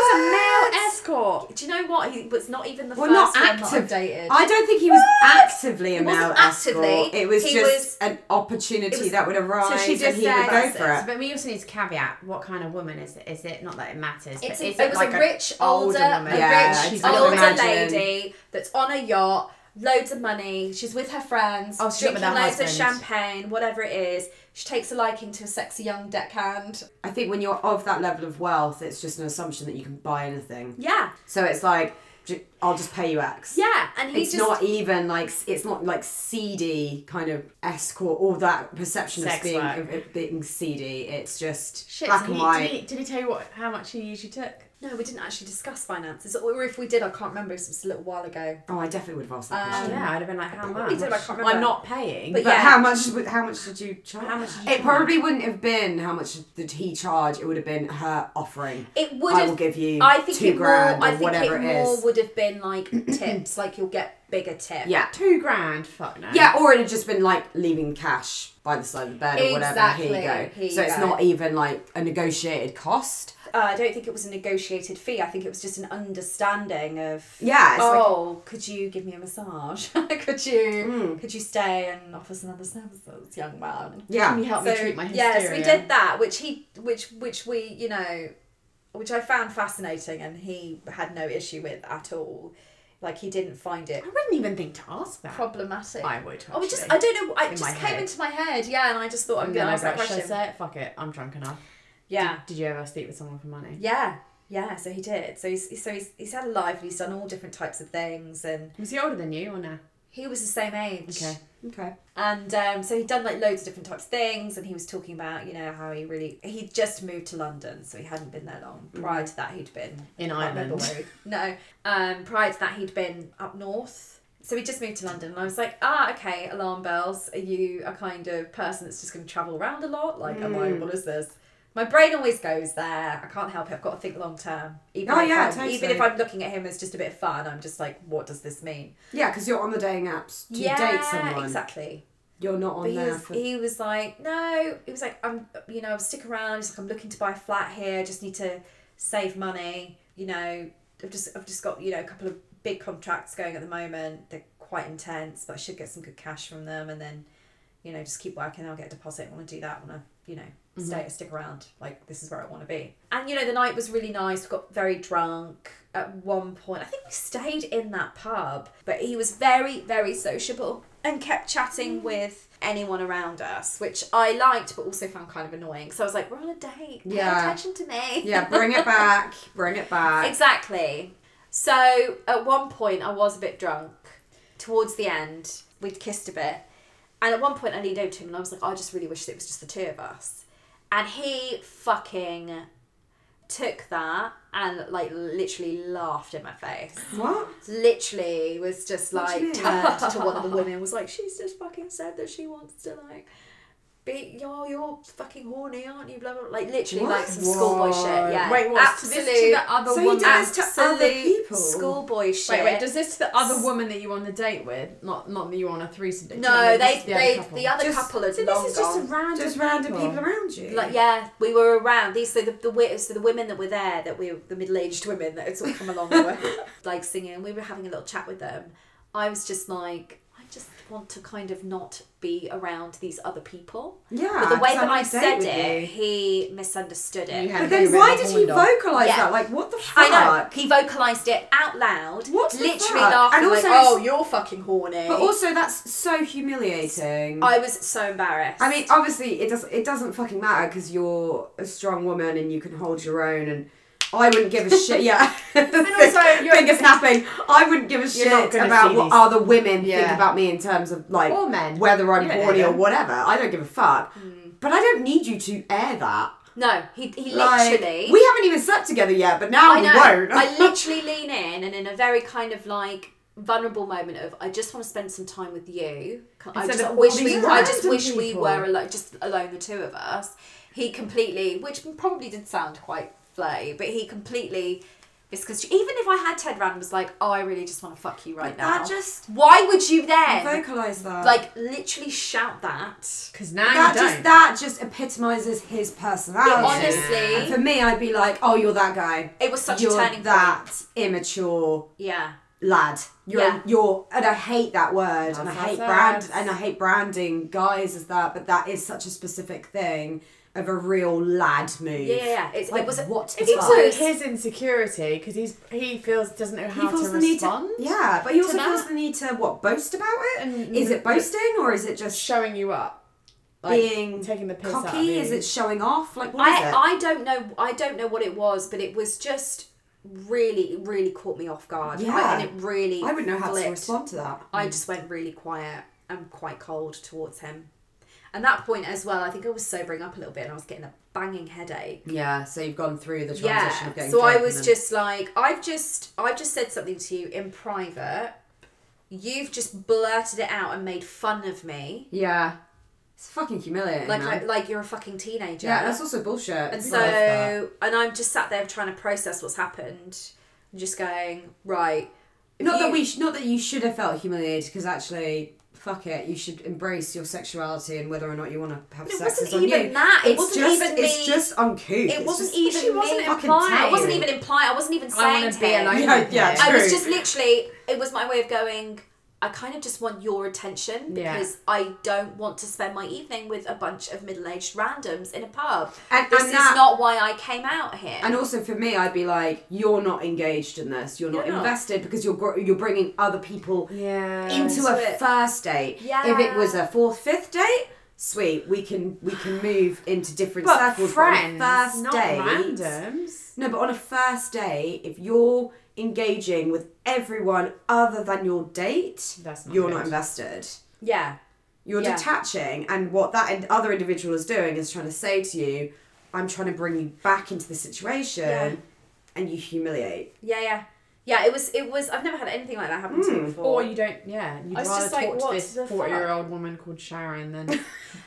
Speaker 3: What?
Speaker 1: male escort.
Speaker 2: do you know what? He was not even the
Speaker 3: Well, not
Speaker 2: first one
Speaker 3: active.
Speaker 2: that I dated.
Speaker 3: I don't think he was actively a
Speaker 2: He wasn't
Speaker 3: male
Speaker 2: actively.
Speaker 3: escort. It was
Speaker 2: He
Speaker 3: just
Speaker 2: was-
Speaker 3: an opportunity
Speaker 2: it was-
Speaker 3: that would arise,
Speaker 1: So she
Speaker 3: and
Speaker 1: just
Speaker 3: he would go
Speaker 1: said,
Speaker 3: for it.
Speaker 1: but we also need to caveat what kind of woman is it? Is it not that it matters?
Speaker 2: It's
Speaker 1: but
Speaker 2: a,
Speaker 1: is
Speaker 2: it,
Speaker 1: it,
Speaker 2: was
Speaker 1: like
Speaker 2: a rich, older,
Speaker 1: older woman?
Speaker 2: a
Speaker 3: Yeah,
Speaker 2: rich,
Speaker 3: she's like
Speaker 2: older
Speaker 3: imagine.
Speaker 2: lady that's on a yacht, loads of money. She's with her friends,
Speaker 1: Oh, she's not with
Speaker 2: drinking
Speaker 1: her
Speaker 2: loads of
Speaker 1: husband.
Speaker 2: champagne, whatever it is. She takes a liking to a sexy young deckhand.
Speaker 3: I think when you're of that level of wealth, it's just an assumption that you can buy anything.
Speaker 2: Yeah,
Speaker 3: So it's like, j- I'll just pay you X.
Speaker 2: yeah, and he's
Speaker 3: It's
Speaker 2: just
Speaker 3: not even like s- it's not like seedy kind of escort or that perception
Speaker 1: Sex
Speaker 3: of being
Speaker 1: work.
Speaker 3: of it being seedy. It's just
Speaker 1: Shit,
Speaker 3: black
Speaker 1: so
Speaker 3: and
Speaker 1: he-
Speaker 3: white.
Speaker 1: did, he, did he tell you what how much he usually took?
Speaker 2: no. We didn't actually discuss finances, or if we did, I can't remember. 'cause It was a little while ago.
Speaker 3: Oh, I definitely would have asked that
Speaker 2: Um,
Speaker 3: question.
Speaker 1: yeah, I'd have been like, how much?
Speaker 2: probably did, I can't
Speaker 1: am
Speaker 2: remember.
Speaker 1: not paying.
Speaker 2: But
Speaker 3: But
Speaker 2: yeah.
Speaker 3: how much? would- How much did you charge?
Speaker 1: How much did you
Speaker 3: it probably wouldn't have been how much did he charge. It would have been her offering.
Speaker 2: It would
Speaker 3: I
Speaker 2: have.
Speaker 3: will give you
Speaker 2: I think
Speaker 3: two
Speaker 2: it
Speaker 3: grand
Speaker 2: more.
Speaker 3: or
Speaker 2: I think
Speaker 3: whatever
Speaker 2: it
Speaker 3: it
Speaker 2: more
Speaker 3: is.
Speaker 2: would have been like tips, like you'll get bigger tips.
Speaker 3: yeah,
Speaker 1: two grand, fuck no.
Speaker 3: yeah, or it had just been like leaving cash by the side of the bed or whatever. Here you go.
Speaker 2: Exactly, here
Speaker 3: so
Speaker 2: you
Speaker 3: it's
Speaker 2: go.
Speaker 3: not even like a negotiated cost.
Speaker 2: uh, I don't think it was a negotiated fee. I think it was just an understanding of.
Speaker 3: Yeah, it's like
Speaker 2: oh, could you give me a massage? could you
Speaker 1: Mm.
Speaker 2: could you stay and offer some other services, young man?
Speaker 1: Can
Speaker 3: yeah,
Speaker 1: you help me treat my hysteria?
Speaker 2: yes, we did that, which he which which we you know, which I found fascinating, and he had no issue with at all. Like he didn't find it
Speaker 1: I wouldn't even think to ask that.
Speaker 2: problematic.
Speaker 1: I would.
Speaker 2: I was just
Speaker 1: actually.
Speaker 2: I don't know. I
Speaker 1: In
Speaker 2: just
Speaker 1: my
Speaker 2: came
Speaker 1: head.
Speaker 2: into my head, yeah, and I just thought I'm
Speaker 1: and then
Speaker 2: gonna
Speaker 1: I
Speaker 2: ask
Speaker 1: was
Speaker 2: that
Speaker 1: like, should I
Speaker 2: question.
Speaker 1: say it? Fuck it, I'm drunk enough.
Speaker 2: Yeah,
Speaker 1: Did you ever sleep with someone for money?
Speaker 2: yeah, yeah. So he did. So he's so he's he's had a life and he's done all different types of things and.
Speaker 1: Was he older than you or no?
Speaker 2: He was the same age.
Speaker 1: Okay.
Speaker 3: okay.
Speaker 2: And um, so he'd done like loads of different types of things, and he was talking about, you know, how he really he'd just moved to London, so he hadn't been there long.
Speaker 3: Mm.
Speaker 2: Prior to that, he'd been
Speaker 1: In
Speaker 2: I can't remember
Speaker 1: Ireland.
Speaker 2: where he- No, um, prior to that, he'd been up north. So he just moved to London, and I was like, ah, okay, alarm bells. Are you a kind of person that's just going to travel around a lot? Like, am
Speaker 3: Mm.
Speaker 2: I? What is this? My brain always goes there. I can't help it. I've got to think long term. Even
Speaker 3: Oh,
Speaker 2: if
Speaker 3: yeah,
Speaker 2: I'm,
Speaker 3: totally.
Speaker 2: even if I'm looking at him as just a bit of fun, I'm just like, what does this mean?
Speaker 3: Yeah, because you're on the dating apps to date someone.
Speaker 2: exactly.
Speaker 3: You're not on
Speaker 2: But he
Speaker 3: there
Speaker 2: was,
Speaker 3: for
Speaker 2: he was like, no. He was like, I'm, you know, I'll stick around. He's like, I'm looking to buy a flat here. I just need to save money. You know, I've just, I've just got, you know, a couple of big contracts going at the moment. They're quite intense, but I should get some good cash from them. And then, you know, just keep working. I'll get a deposit. I want to do that. I want to, you know,
Speaker 3: Mm-hmm.
Speaker 2: stay, stick around. Like this is where I want to be. And you know, the night was really nice. We got very drunk at one point. I think we stayed in that pub, but he was very, very sociable and kept
Speaker 3: Mm.
Speaker 2: chatting with anyone around us, which I liked, but also found kind of annoying. So I was like, we're on a date. Pay
Speaker 3: Yeah.
Speaker 2: attention to me.
Speaker 3: yeah, bring it back, bring it back.
Speaker 2: Exactly. So at one point, I was a bit drunk. Towards the end, we'd kissed a bit. And at one point, I leaned over to him and I was like, I just really wish that it was just the two of us. And he fucking took that and like literally laughed in my face.
Speaker 3: What?
Speaker 2: Literally was just
Speaker 3: What do you
Speaker 2: like
Speaker 3: mean?
Speaker 2: turned to one of the women, was like, she's just fucking said that she wants to like. Be, yo, you're fucking horny, aren't you? Blah blah. blah. Like literally,
Speaker 3: What?
Speaker 2: like some schoolboy shit. Yeah.
Speaker 1: Wait, what? To this to
Speaker 2: Absolute
Speaker 1: the other
Speaker 3: So he
Speaker 1: woman.
Speaker 3: did this to other
Speaker 2: Absolute
Speaker 3: people?
Speaker 2: Schoolboy shit.
Speaker 1: Wait, wait. Does this to the other woman that you on the date with? Not, not that you on a threesome date.
Speaker 2: no, they
Speaker 1: this is
Speaker 2: they
Speaker 1: couple.
Speaker 2: the other
Speaker 3: Just-
Speaker 2: couple had
Speaker 1: So
Speaker 2: long
Speaker 1: this is just a
Speaker 2: gone.
Speaker 1: random.
Speaker 3: Just random people around you.
Speaker 2: like yeah, we were around these. So the, the wi- so the women that were there, that we the middle aged women that had sort of come along, were like singing. We were having a little chat with them. I was just like, I just want to kind of not be around these other people.
Speaker 3: yeah.
Speaker 2: But the way
Speaker 3: 'cause
Speaker 2: that
Speaker 3: I'm on
Speaker 2: I
Speaker 3: a date
Speaker 2: said
Speaker 3: with
Speaker 2: it,
Speaker 3: you.
Speaker 2: he misunderstood it.
Speaker 1: You had
Speaker 3: But
Speaker 1: to
Speaker 3: then
Speaker 1: be a
Speaker 3: why
Speaker 1: bit
Speaker 3: did
Speaker 1: of a
Speaker 3: he
Speaker 1: bulldog.
Speaker 3: vocalise
Speaker 2: Yeah.
Speaker 3: that? Like, what the fuck?
Speaker 2: I know. He vocalised it out loud.
Speaker 3: What the
Speaker 2: literally
Speaker 3: fuck?
Speaker 2: laughing
Speaker 3: And
Speaker 2: like,
Speaker 3: also-
Speaker 2: oh, you're fucking horny.
Speaker 3: But also, that's so humiliating. I,
Speaker 2: I was so embarrassed.
Speaker 3: mean, obviously, it does. It doesn't fucking matter because you're a strong woman and you can hold your own and I wouldn't give a shit. Yeah.
Speaker 1: But also, you're-
Speaker 3: biggest napping. I wouldn't give a
Speaker 1: You're not
Speaker 3: shit
Speaker 1: gonna
Speaker 3: about
Speaker 1: see
Speaker 3: what
Speaker 1: these-
Speaker 3: other women think
Speaker 1: Yeah.
Speaker 3: about me in terms of like
Speaker 1: Or men.
Speaker 3: whether I'm
Speaker 1: You don't Hmm. know
Speaker 3: horny or
Speaker 1: them.
Speaker 3: whatever. I don't give a fuck. But I don't need you to air that.
Speaker 2: No, he, he
Speaker 3: Like,
Speaker 2: literally.
Speaker 3: we haven't even slept together yet, but now
Speaker 2: I know.
Speaker 3: we won't.
Speaker 2: I literally lean in and in a very kind of like vulnerable moment of I just want to spend some time with you. I
Speaker 1: Instead
Speaker 2: just
Speaker 1: of all
Speaker 2: wish
Speaker 1: these
Speaker 2: we I just
Speaker 1: random
Speaker 2: wish we
Speaker 1: people.
Speaker 2: were alone, just alone the two of us. He completely, which probably did sound quite flirty, but he completely it's because even if I had turned around and was like, "Oh, I really just want to fuck you right
Speaker 3: But
Speaker 2: now,"
Speaker 3: that just-
Speaker 2: why would you then
Speaker 3: vocalize that.
Speaker 2: like literally shout that?
Speaker 1: Because now
Speaker 3: that
Speaker 1: you don't.
Speaker 3: just that just epitomizes his personality.
Speaker 2: But honestly-
Speaker 3: And for me, I'd be like, "Oh, you're that guy.
Speaker 2: It was such
Speaker 3: you're
Speaker 2: a turning
Speaker 3: that
Speaker 2: point.
Speaker 3: immature
Speaker 2: Yeah.
Speaker 3: lad. You're
Speaker 2: Yeah.
Speaker 3: you're and I hate that word and I
Speaker 1: That's
Speaker 3: hate
Speaker 1: us.
Speaker 3: brand and I hate branding guys as that, but that is such a specific thing of a real lad move.
Speaker 2: Yeah, yeah, yeah. It's- it
Speaker 3: Like,
Speaker 2: was a-
Speaker 3: what the
Speaker 2: it's
Speaker 3: fuck?
Speaker 2: also-
Speaker 1: It's also his insecurity because he's he feels doesn't know how to
Speaker 3: need
Speaker 1: respond.
Speaker 3: to yeah, but he also
Speaker 1: to that.
Speaker 3: feels the need to what boast about it.
Speaker 1: And-
Speaker 3: is it boasting or is it just
Speaker 1: showing you up,
Speaker 3: being
Speaker 1: taking the piss
Speaker 3: cocky?
Speaker 1: out of you.
Speaker 3: Is it showing off? Like what is
Speaker 2: I,
Speaker 3: it?
Speaker 2: I don't know I don't know what it was, but it was just really it really caught me off guard.
Speaker 3: Yeah.
Speaker 2: I, and it really
Speaker 3: I wouldn't know how
Speaker 2: flipped.
Speaker 3: to respond to that.
Speaker 2: I just went really quiet and quite cold towards him. And that point as well, I think I was sobering up a little bit and I was getting a banging headache.
Speaker 3: Yeah, so you've gone through the transition
Speaker 2: Yeah.
Speaker 3: of getting
Speaker 2: So I
Speaker 3: drunk
Speaker 2: was
Speaker 3: and then-
Speaker 2: just like, I've just I've just said something to you in private. You've just blurted it out and made fun of me.
Speaker 3: yeah, it's fucking humiliating.
Speaker 2: Like
Speaker 3: man.
Speaker 2: I, like you're a fucking teenager.
Speaker 3: yeah, that's also bullshit.
Speaker 2: And
Speaker 3: Who does that?
Speaker 2: so, and I'm just sat there trying to process what's happened. I'm just going, right. if
Speaker 3: not that
Speaker 2: you-
Speaker 3: we sh- not that you should have felt humiliated because actually. Fuck it! You should embrace your sexuality and whether or not you want to have
Speaker 2: It
Speaker 3: sex
Speaker 2: wasn't
Speaker 3: is on
Speaker 2: even
Speaker 3: you.
Speaker 2: that. It
Speaker 3: it's
Speaker 2: wasn't
Speaker 3: just,
Speaker 2: even
Speaker 3: It's
Speaker 2: me-
Speaker 3: just uncouth.
Speaker 2: It
Speaker 3: It's
Speaker 2: wasn't
Speaker 3: just-
Speaker 2: even
Speaker 1: she wasn't
Speaker 2: me.
Speaker 1: fucking
Speaker 2: I
Speaker 1: tired.
Speaker 2: wasn't even implying. I wasn't even
Speaker 1: I
Speaker 2: saying
Speaker 1: want
Speaker 2: to
Speaker 1: to be
Speaker 2: him.
Speaker 1: alone.
Speaker 3: Yeah,
Speaker 1: with
Speaker 3: yeah,
Speaker 1: him.
Speaker 2: I was
Speaker 3: True.
Speaker 2: just literally. It was my way of going. I kind of just want your attention
Speaker 1: Yeah.
Speaker 2: because I don't want to spend my evening with a bunch of middle-aged randoms in a pub.
Speaker 3: And-
Speaker 2: this
Speaker 3: and
Speaker 2: is
Speaker 3: that-
Speaker 2: not why I came out here.
Speaker 3: And also for me, I'd be like, you're not engaged in this. You're not
Speaker 2: You're not.
Speaker 3: invested because you're gr- you're bringing other people
Speaker 1: Yeah.
Speaker 3: into
Speaker 2: Into
Speaker 3: a
Speaker 2: it.
Speaker 3: first date.
Speaker 2: Yeah.
Speaker 3: If it was a fourth, fifth date, sweet, we can we can move into different
Speaker 1: but
Speaker 3: circles.
Speaker 1: friends,
Speaker 3: but on a first
Speaker 1: not
Speaker 3: date,
Speaker 1: randoms.
Speaker 3: No, but on a first date, if you're engaging with everyone other than your date,
Speaker 1: That's not
Speaker 3: you're
Speaker 1: good.
Speaker 3: not invested.
Speaker 2: yeah,
Speaker 3: You're
Speaker 2: Yeah.
Speaker 3: detaching, and what that in- other individual is doing is trying to say to you, "I'm trying to bring you back into the situation,"
Speaker 2: Yeah.
Speaker 3: and you humiliate.
Speaker 2: yeah, yeah, yeah. It was. It was. I've never had anything like that happen to me
Speaker 3: Hmm.
Speaker 2: before.
Speaker 1: Or you don't, yeah. You'd
Speaker 2: I was
Speaker 1: rather
Speaker 2: just like,
Speaker 1: talk
Speaker 2: what
Speaker 1: to this
Speaker 2: the fuck?
Speaker 1: forty-year-old woman called Sharon than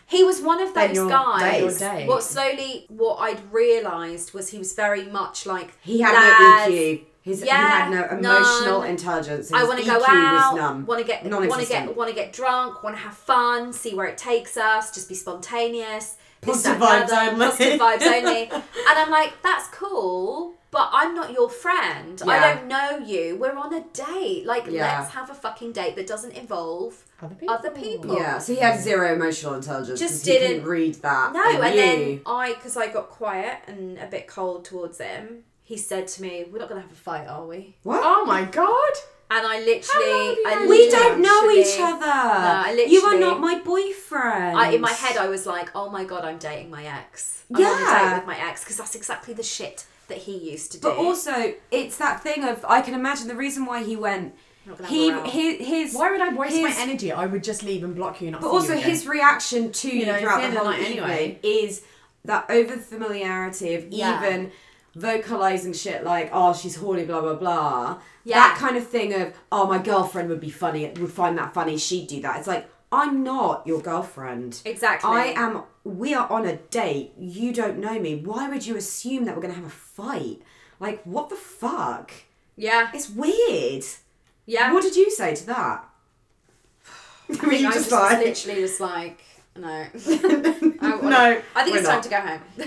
Speaker 2: He was one of
Speaker 1: Then
Speaker 2: those
Speaker 1: you're- then you're
Speaker 2: guys.
Speaker 1: days.
Speaker 2: What slowly, what I'd realised was he was very much like
Speaker 3: He had
Speaker 2: lads,
Speaker 3: no EQ. His, he
Speaker 2: Yeah,
Speaker 3: had no emotional
Speaker 2: none.
Speaker 3: intelligence. His
Speaker 2: I want to go
Speaker 3: EQ was
Speaker 2: out.
Speaker 3: numb.
Speaker 2: Want to get. Want to
Speaker 3: Non-existent.
Speaker 2: get. Want to get drunk. Want to have fun. See where it takes us. Just be spontaneous. this,
Speaker 3: Positive
Speaker 2: that, and the
Speaker 3: vibes
Speaker 2: other,
Speaker 3: only.
Speaker 2: Positive vibes only. And I'm like, that's cool, but I'm not your friend. I
Speaker 3: Yeah.
Speaker 2: don't know you. We're on a date. Like,
Speaker 3: Yeah.
Speaker 2: let's have a fucking date that doesn't involve
Speaker 1: other people.
Speaker 2: Other people.
Speaker 3: Yeah, so he had zero emotional intelligence.
Speaker 2: Just
Speaker 3: 'cause he
Speaker 2: didn't-
Speaker 3: couldn't read that.
Speaker 2: No, and then
Speaker 3: you-
Speaker 2: I, because I got quiet and a bit cold towards him, he said to me, "We're not gonna have a fight, are we?"
Speaker 3: what?
Speaker 1: Oh my god!
Speaker 2: And I
Speaker 1: long have
Speaker 2: literally,
Speaker 1: you
Speaker 2: I
Speaker 1: known
Speaker 3: we
Speaker 1: literally-
Speaker 3: don't know each
Speaker 2: literally-
Speaker 3: other.
Speaker 2: I
Speaker 3: you are
Speaker 2: literally-
Speaker 3: not my boyfriend.
Speaker 2: I, in my head, I was like, "Oh my god, I'm dating my ex. I'm on a
Speaker 3: Yeah.
Speaker 2: date with my ex because that's exactly the shit that he used to do."
Speaker 3: But also, it's that thing of I can imagine the reason why he went.
Speaker 2: Not gonna
Speaker 3: He
Speaker 2: have a row.
Speaker 3: his, his
Speaker 1: Why would I waste
Speaker 3: his-
Speaker 1: my energy? I would just leave and block you. And not
Speaker 3: But
Speaker 1: see
Speaker 3: also
Speaker 1: you again.
Speaker 3: his reaction to you,
Speaker 1: know, it's
Speaker 3: throughout
Speaker 1: the
Speaker 3: the
Speaker 1: end of
Speaker 3: whole
Speaker 1: the night
Speaker 3: evening
Speaker 1: anyway.
Speaker 3: is that over familiarity of
Speaker 2: Yeah.
Speaker 3: even vocalizing shit like "oh she's horny," blah blah blah.
Speaker 2: Yeah.
Speaker 3: That kind of thing of "oh my girlfriend would be funny, would find that funny, she'd do that." It's like I'm not your girlfriend.
Speaker 2: Exactly.
Speaker 3: I am. We are on a date. You don't know me. Why would you assume that we're gonna have a fight? Like what the fuck?
Speaker 2: yeah,
Speaker 3: It's weird.
Speaker 2: yeah.
Speaker 3: What did you say to that? Were
Speaker 2: I
Speaker 3: you
Speaker 2: was
Speaker 3: just
Speaker 2: just
Speaker 3: like?
Speaker 2: literally just like, "No."
Speaker 3: No,
Speaker 2: I think
Speaker 3: we're
Speaker 2: it's
Speaker 3: not.
Speaker 2: time to go home.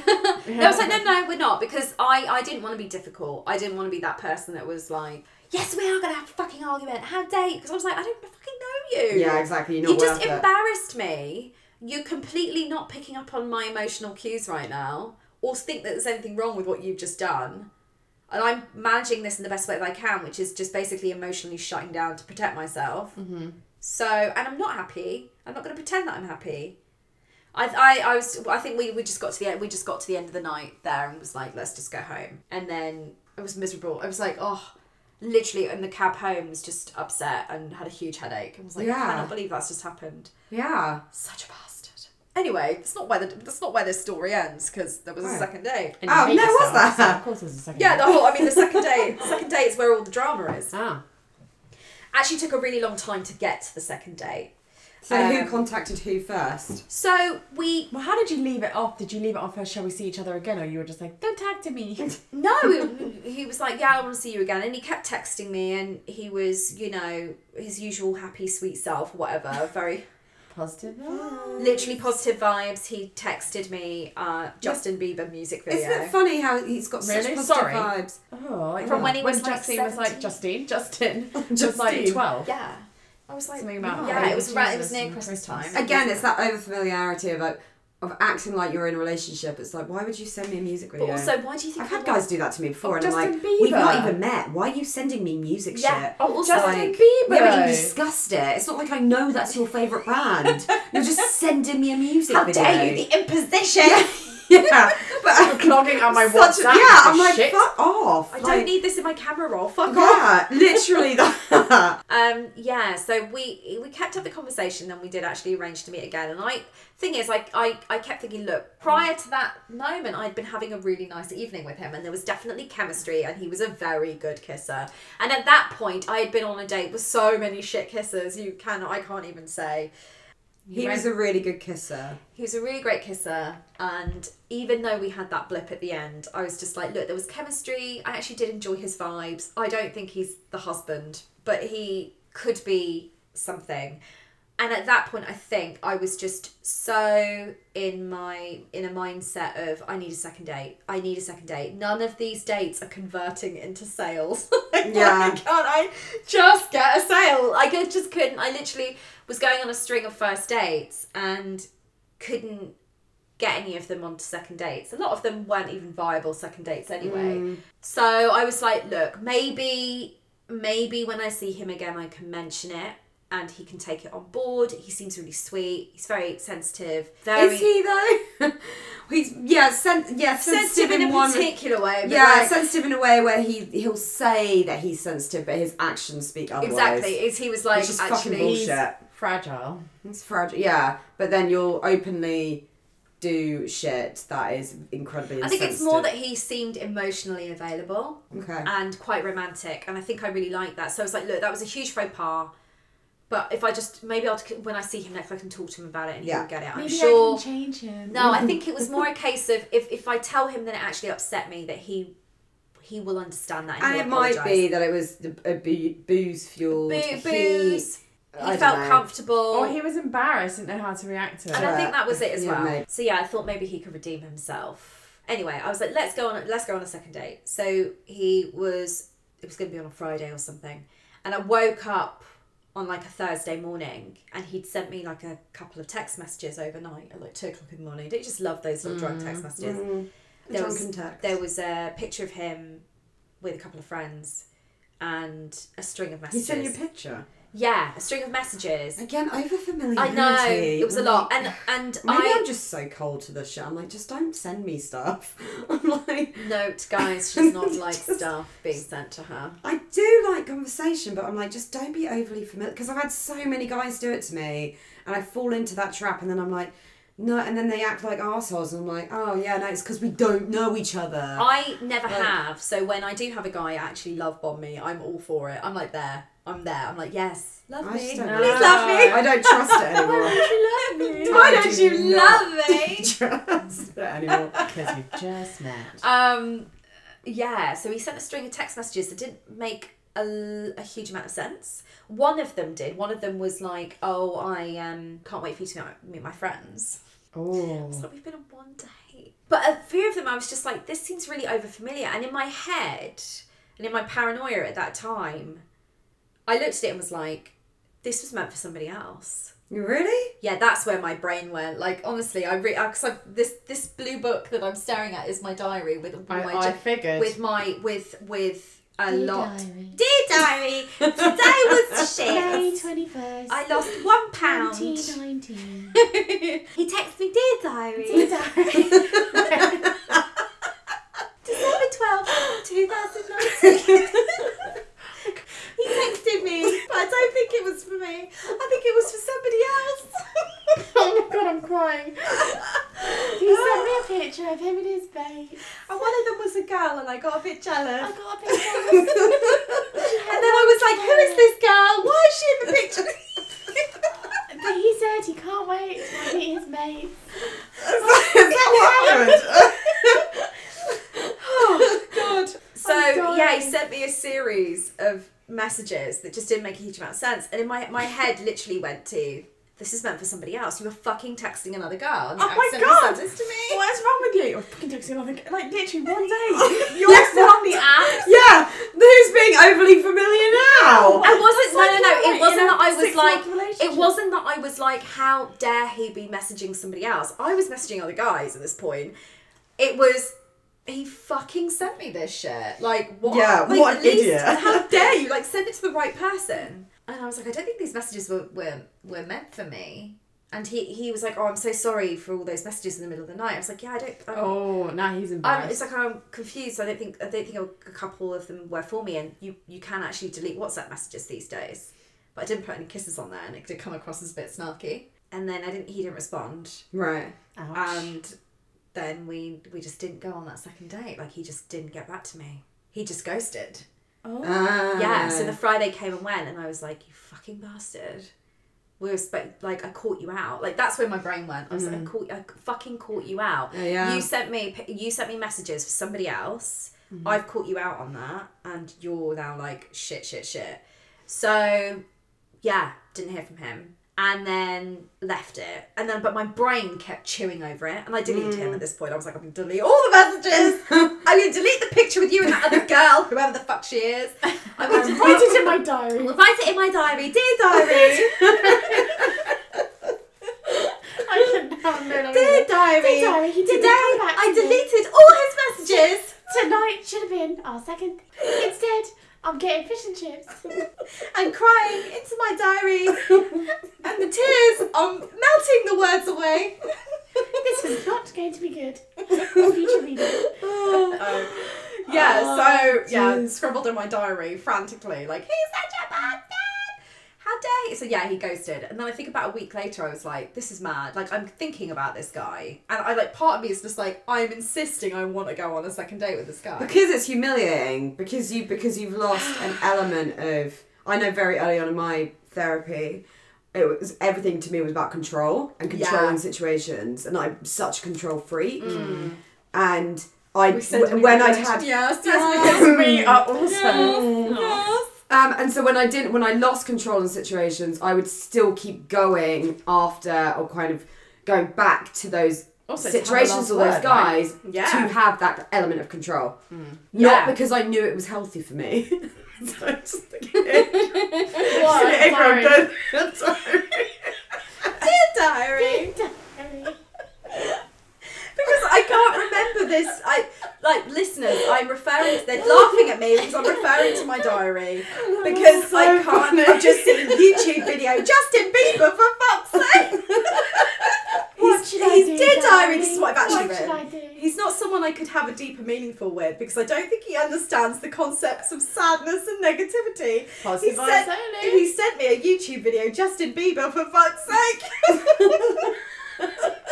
Speaker 2: no, I was like, no, no, we're not because I, I didn't want to be difficult. I didn't want to be that person that was like, yes, we are going to have a fucking argument. How dare you? Because I was like, I don't fucking know you.
Speaker 3: Yeah, exactly. You're not
Speaker 2: You've just
Speaker 3: worth it.
Speaker 2: embarrassed me. You're completely not picking up on my emotional cues right now or think that there's anything wrong with what you've just done. And I'm managing this in the best way that I can, which is just basically emotionally shutting down to protect myself. So, and I'm not happy. I'm not going to pretend that I'm happy. I, I, I was I think we, we just got to the end we just got to the end of the night there and was like let's just go home and then I was miserable I was like oh literally in the cab home was just upset and had a huge headache and was like
Speaker 3: Yeah.
Speaker 2: I cannot believe that's just happened
Speaker 3: Yeah.
Speaker 2: such a bastard anyway that's not where the, that's not where this story ends because there was
Speaker 3: Right.
Speaker 2: a second date
Speaker 1: And
Speaker 3: Oh,
Speaker 1: you hate
Speaker 3: no, was
Speaker 1: yourself,
Speaker 3: there?
Speaker 1: so of course, there's a second.
Speaker 2: yeah the
Speaker 1: date.
Speaker 2: whole I mean the second date the second date is where all the drama is
Speaker 1: Ah,
Speaker 2: actually took a really long time to get to the second date
Speaker 3: So
Speaker 2: Um,
Speaker 3: who contacted who first?
Speaker 2: so we
Speaker 1: well, how did you leave it off? Did you leave it off? Shall we see each other again? Or you were just like, don't tag to me.
Speaker 2: No, he- he was like, "Yeah, I want to see you again," and he kept texting me, and he was, you know, his usual happy, sweet self, whatever. Very
Speaker 1: Positive.
Speaker 2: literally positive vibes. He texted me uh, Justin Bieber music video.
Speaker 3: Isn't it funny how he's got such
Speaker 1: Really?
Speaker 3: positive
Speaker 1: Sorry.
Speaker 3: vibes?
Speaker 1: Oh, I
Speaker 2: From
Speaker 1: know.
Speaker 2: when he was, like,
Speaker 1: Justine was like
Speaker 2: 17.
Speaker 1: Justine, Justin, was like
Speaker 3: Justine.
Speaker 1: twelve.
Speaker 2: yeah, I was like,
Speaker 1: Something about
Speaker 2: yeah, it was right. It
Speaker 1: Jesus
Speaker 2: was near
Speaker 1: and
Speaker 2: Christmas
Speaker 1: Christmas.
Speaker 2: time
Speaker 3: Again, it's that overfamiliarity of like, of acting like you're in a relationship. It's like, why would you send me a music
Speaker 2: But
Speaker 3: video?
Speaker 2: also, why do you think
Speaker 3: I've
Speaker 2: I
Speaker 3: had
Speaker 2: like-
Speaker 3: guys do that to me before,
Speaker 1: Oh,
Speaker 3: and I'm like,
Speaker 1: Justin
Speaker 3: we've not
Speaker 1: Bieber.
Speaker 3: even met. Why are you sending me music
Speaker 2: Yeah.
Speaker 3: shit?
Speaker 1: Oh,
Speaker 2: Also,
Speaker 3: It's
Speaker 1: Justin
Speaker 3: like,
Speaker 1: Bieber.
Speaker 3: Yeah, but you discussed it. It's not like I know that's your favourite brand. You're just sending me a music
Speaker 2: how
Speaker 3: video.
Speaker 2: dare you? The imposition.
Speaker 3: yeah, but
Speaker 1: You're clogging on my
Speaker 3: such a-
Speaker 1: WhatsApp.
Speaker 3: yeah, I'm
Speaker 1: with
Speaker 3: like,
Speaker 1: shit.
Speaker 3: fuck off.
Speaker 2: I
Speaker 3: Like,
Speaker 2: don't need this in my camera roll. Fuck off.
Speaker 3: Yeah, literally that.
Speaker 2: Um, yeah, so we we kept up the conversation and we did actually arrange to meet again. And I thing is, like I, I kept thinking, look, prior to that moment I'd been having a really nice evening with him and there was definitely chemistry and he was a very good kisser. And at that point I had been on a date with so many shit kissers you can I can't even say.
Speaker 3: He was a really good kisser.
Speaker 2: He was a really great kisser, and even though we had that blip at the end, I was just like, look, there was chemistry. I actually did enjoy his vibes. I don't think he's the husband, but he could be something. And at that point, I think I was just so in my in a mindset of I need a second date. I need a second date. None of these dates are converting into sales. Like,
Speaker 3: Yeah.
Speaker 2: why Can't I just get a sale? I could- just couldn't. I literally was going on a string of first dates and couldn't get any of them onto second dates. A lot of them weren't even viable second dates anyway.
Speaker 3: Mm.
Speaker 2: So I was like, look, maybe maybe when I see him again I can mention it and he can take it on board. He seems really sweet. He's very sensitive. Very
Speaker 3: Is he though? Um, He's yeah, sen- yeah, sensitive,
Speaker 2: sensitive in a
Speaker 3: one.
Speaker 2: particular way. But
Speaker 3: yeah,
Speaker 2: like-
Speaker 3: sensitive in a way where he he'll say that he's sensitive, but his actions speak otherwise.
Speaker 2: exactly. Is he was like
Speaker 3: Which is fucking
Speaker 2: actually
Speaker 1: He's
Speaker 3: Bullshit.
Speaker 1: fragile.
Speaker 3: It's fragile. Yeah, but then you'll openly do shit that is incredibly.
Speaker 2: I think it's more that
Speaker 3: insensitive.
Speaker 2: he seemed emotionally available.
Speaker 3: okay.
Speaker 2: and quite romantic and i think i really liked that so i was like look that was a huge faux pas but if i just maybe i'll when i see him next i can talk to him about it and
Speaker 3: Yeah.
Speaker 2: he'll get it i'm sure
Speaker 1: change him.
Speaker 2: no i think it was more a case of if, if i tell him then it actually upset me that he he will understand that and,
Speaker 3: And
Speaker 2: he'll
Speaker 3: it might
Speaker 2: apologise.
Speaker 3: be that it was the- a boo- booze fueled.
Speaker 2: Boo- booze he,
Speaker 3: I
Speaker 2: felt
Speaker 3: dunno.
Speaker 2: comfortable
Speaker 1: Or he was embarrassed, didn't know how to react to
Speaker 2: and
Speaker 1: it.
Speaker 2: I think that was it as
Speaker 3: Yeah,
Speaker 2: well.
Speaker 3: mate.
Speaker 2: So yeah, I thought maybe he could redeem himself. Anyway, I was like, let's go on. Let's go on a second date. So he was. It was going to be on a Friday or something, and I woke up on like a Thursday morning, and he'd sent me like a couple of text messages overnight at like two o'clock in the morning. Don't you just love those little drunk text messages? There
Speaker 3: Mm,
Speaker 2: was-
Speaker 3: Drunken text.
Speaker 2: There was a picture of him with a couple of friends, and a string of
Speaker 3: He
Speaker 2: messages.
Speaker 3: sent you a picture
Speaker 2: yeah, a string of messages.
Speaker 3: again. Over familiarity.
Speaker 2: I know it was a lot, and and
Speaker 3: Maybe
Speaker 2: I
Speaker 3: I'm just so cold to the shit. I'm like, just don't send me stuff. I'm like,
Speaker 2: Note, guys, she's not like
Speaker 3: Just-
Speaker 2: stuff being sent to her.
Speaker 3: I do like conversation, but I'm like, just don't be overly familiar. Because I've had so many guys do it to me, and I fall into that trap, and then I'm like, no, and then they act like assholes, and I'm like, oh yeah, no, it's because we don't know each other.
Speaker 2: I never
Speaker 3: Right.
Speaker 2: have, so when I do have a guy actually love bomb me, I'm all for it. I'm like, there, I'm there. I'm like, yes, love
Speaker 3: I
Speaker 2: me.
Speaker 3: just
Speaker 2: Please
Speaker 3: don't
Speaker 1: know.
Speaker 2: love me.
Speaker 3: I don't trust it anymore.
Speaker 1: Why don't you love me?
Speaker 2: Why
Speaker 3: I
Speaker 2: don't
Speaker 3: do
Speaker 2: you
Speaker 3: not
Speaker 2: love me?
Speaker 3: trust it anymore.
Speaker 1: Because we've just met.
Speaker 2: Um, yeah, so he sent a string of text messages that didn't make a, l- a huge amount of sense. One of them did. One of them was like, oh, I um, can't wait for you to meet- meet my friends.
Speaker 1: Oh.
Speaker 2: So we've been on one date. But a few of them, I was just like, this seems really overfamiliar. And in my head, and in my paranoia at that time, I looked at it and was like, this was meant for somebody else.
Speaker 3: You really?
Speaker 2: Yeah, that's where my brain went. Like, honestly, I re- because I, this this blue book that I'm staring at is my diary with all
Speaker 1: I,
Speaker 2: my
Speaker 1: I
Speaker 2: j-
Speaker 1: figured.
Speaker 2: with my with with a lot.
Speaker 1: diary.
Speaker 2: Dear diary, today was shit.
Speaker 4: 21st.
Speaker 2: I lost one pound.
Speaker 4: 19.
Speaker 2: I He texts me, Dear Diary. December 12th, 2019. he texted me, but I don't think it was for me. I think it was for somebody else.
Speaker 1: oh my god, I'm crying. He sent me a picture of him in his babe.
Speaker 2: and one of them was a girl, and Oh, I got a bit jealous.
Speaker 1: I got a picture.
Speaker 2: And then I was like, who is this girl? Why is she in the picture?
Speaker 1: But he said he can't wait to meet his mate.
Speaker 3: that
Speaker 2: oh, God. So,
Speaker 1: I'm
Speaker 2: yeah, he
Speaker 1: dying.
Speaker 2: sent me a series of messages that just didn't make a huge amount of sense. And in my, my head literally went to, this is meant for somebody else. You were fucking texting another girl. And you
Speaker 1: Oh my
Speaker 2: accidentally
Speaker 1: God.
Speaker 2: sent this to me.
Speaker 1: What is wrong with you? I fucking texting nothing. Like literally one day.
Speaker 2: You're still on the app.
Speaker 3: yeah, who's being overly familiar now?
Speaker 2: I wasn't. No, no, no.
Speaker 1: That's
Speaker 2: It wasn't
Speaker 1: like in a
Speaker 2: that I was
Speaker 1: six-month
Speaker 2: like. It
Speaker 1: relationship.
Speaker 2: wasn't that I was like, how dare he be messaging somebody else? I was messaging other guys at this point. It was. He fucking sent me this shit. Like what?
Speaker 3: Yeah,
Speaker 2: like,
Speaker 3: what
Speaker 2: at
Speaker 3: an
Speaker 2: least-
Speaker 3: idiot.
Speaker 2: How dare you? Like send it to the right person. And I was like, I don't think these messages were were, were meant for me. And he, he was like, oh, I'm so sorry for all those messages in the middle of the night. I was like, yeah, I don't. I'm,
Speaker 1: oh, now he's
Speaker 2: I'm,
Speaker 1: embarrassed.
Speaker 2: it's like I'm confused. I don't think I don't think a couple of them were for me, and you you can actually delete WhatsApp messages these days. But I didn't put any kisses on there, and it did come across as a bit snarky. And then I didn't. He didn't respond,
Speaker 3: Right.
Speaker 1: Ouch.
Speaker 2: and then we we just didn't go on that second date. Like he just didn't get back to me. He just ghosted.
Speaker 3: Ah.
Speaker 2: Yeah. So the Friday came and went, and I was like, "You fucking bastard." We were spe- like, I caught you out. Like that's where my brain went. I was like, I caught, I fucking caught you out.
Speaker 3: Mm. Yeah, yeah.
Speaker 2: You sent me, pi- you sent me messages for somebody else.
Speaker 3: Mm-hmm.
Speaker 2: I've caught you out on that, and you're now like shit, shit, shit. So, yeah, didn't hear from him, and then left it, and then but my brain kept chewing over it, and I deleted
Speaker 1: Hmm.
Speaker 2: him at this point. I was like, I'm gonna delete all the messages. I'm gonna delete the picture with you and that other girl, whoever the fuck she is. I'm
Speaker 1: I
Speaker 2: gonna
Speaker 1: just wrote it in my diary.
Speaker 2: I'll write it in my diary, dear diary,
Speaker 1: I can now no
Speaker 2: dear
Speaker 1: longer. Did
Speaker 2: diary.
Speaker 1: diary, he didn't
Speaker 2: Today
Speaker 1: come back
Speaker 2: I
Speaker 1: to me.
Speaker 2: deleted all his messages
Speaker 1: tonight should have been our second. Instead, I'm getting fish and chips.
Speaker 2: and crying into my diary, and the tears are melting the words away.
Speaker 1: This is not going to be good. Future readers.
Speaker 2: yeah,
Speaker 1: Oh,
Speaker 2: so yeah,
Speaker 1: jeez.
Speaker 2: scribbled in my diary frantically, like he's such a bad man. How dare he? So yeah, he ghosted, and then I think about a week later, I was like, this is mad. Like I'm thinking about this guy, and I like part of me is just like I'm insisting I want to go on a second date with this guy.
Speaker 3: because it's humiliating because you because you've lost an element of I know very early on in my therapy it was everything to me was about control and
Speaker 2: Yeah.
Speaker 3: controlling situations and I'm such a control freak and I
Speaker 2: Mm. We said we
Speaker 3: when
Speaker 2: were
Speaker 3: I'd
Speaker 2: going
Speaker 3: had
Speaker 2: to- yes, yes,
Speaker 1: Because we are also.
Speaker 2: yes.
Speaker 3: Um, and so when I didn't, when I lost control in situations, I would still keep going after or kind of going back to those
Speaker 1: Also, it's
Speaker 3: situations
Speaker 1: how
Speaker 3: or
Speaker 1: the
Speaker 3: those
Speaker 1: last word,
Speaker 3: guys
Speaker 2: Yeah. Mm.
Speaker 3: to have that element of control.
Speaker 2: Yeah.
Speaker 3: Not because I knew it was healthy for me. so I'm just thinking,
Speaker 1: What? Sorry.
Speaker 2: Dear diary.
Speaker 1: Dear diary.
Speaker 2: because I can't remember this. I like listeners. I'm referring. To, they're laughing at me because I'm referring to my diary
Speaker 1: Oh,
Speaker 2: because
Speaker 3: so
Speaker 2: I can't. I've just seen a YouTube video. Justin Bieber for fuck's sake.
Speaker 1: What should I
Speaker 2: he's
Speaker 1: do,
Speaker 2: dear diary. This is what I've actually
Speaker 1: What should I
Speaker 2: written.
Speaker 1: do?
Speaker 2: He's not someone I could have a deeper meaningful with because I don't think he understands the concepts of sadness and negativity.
Speaker 1: Positive
Speaker 2: he,
Speaker 1: vibes
Speaker 2: sent,
Speaker 1: only.
Speaker 2: he sent me a YouTube video, Justin Bieber for fuck's sake.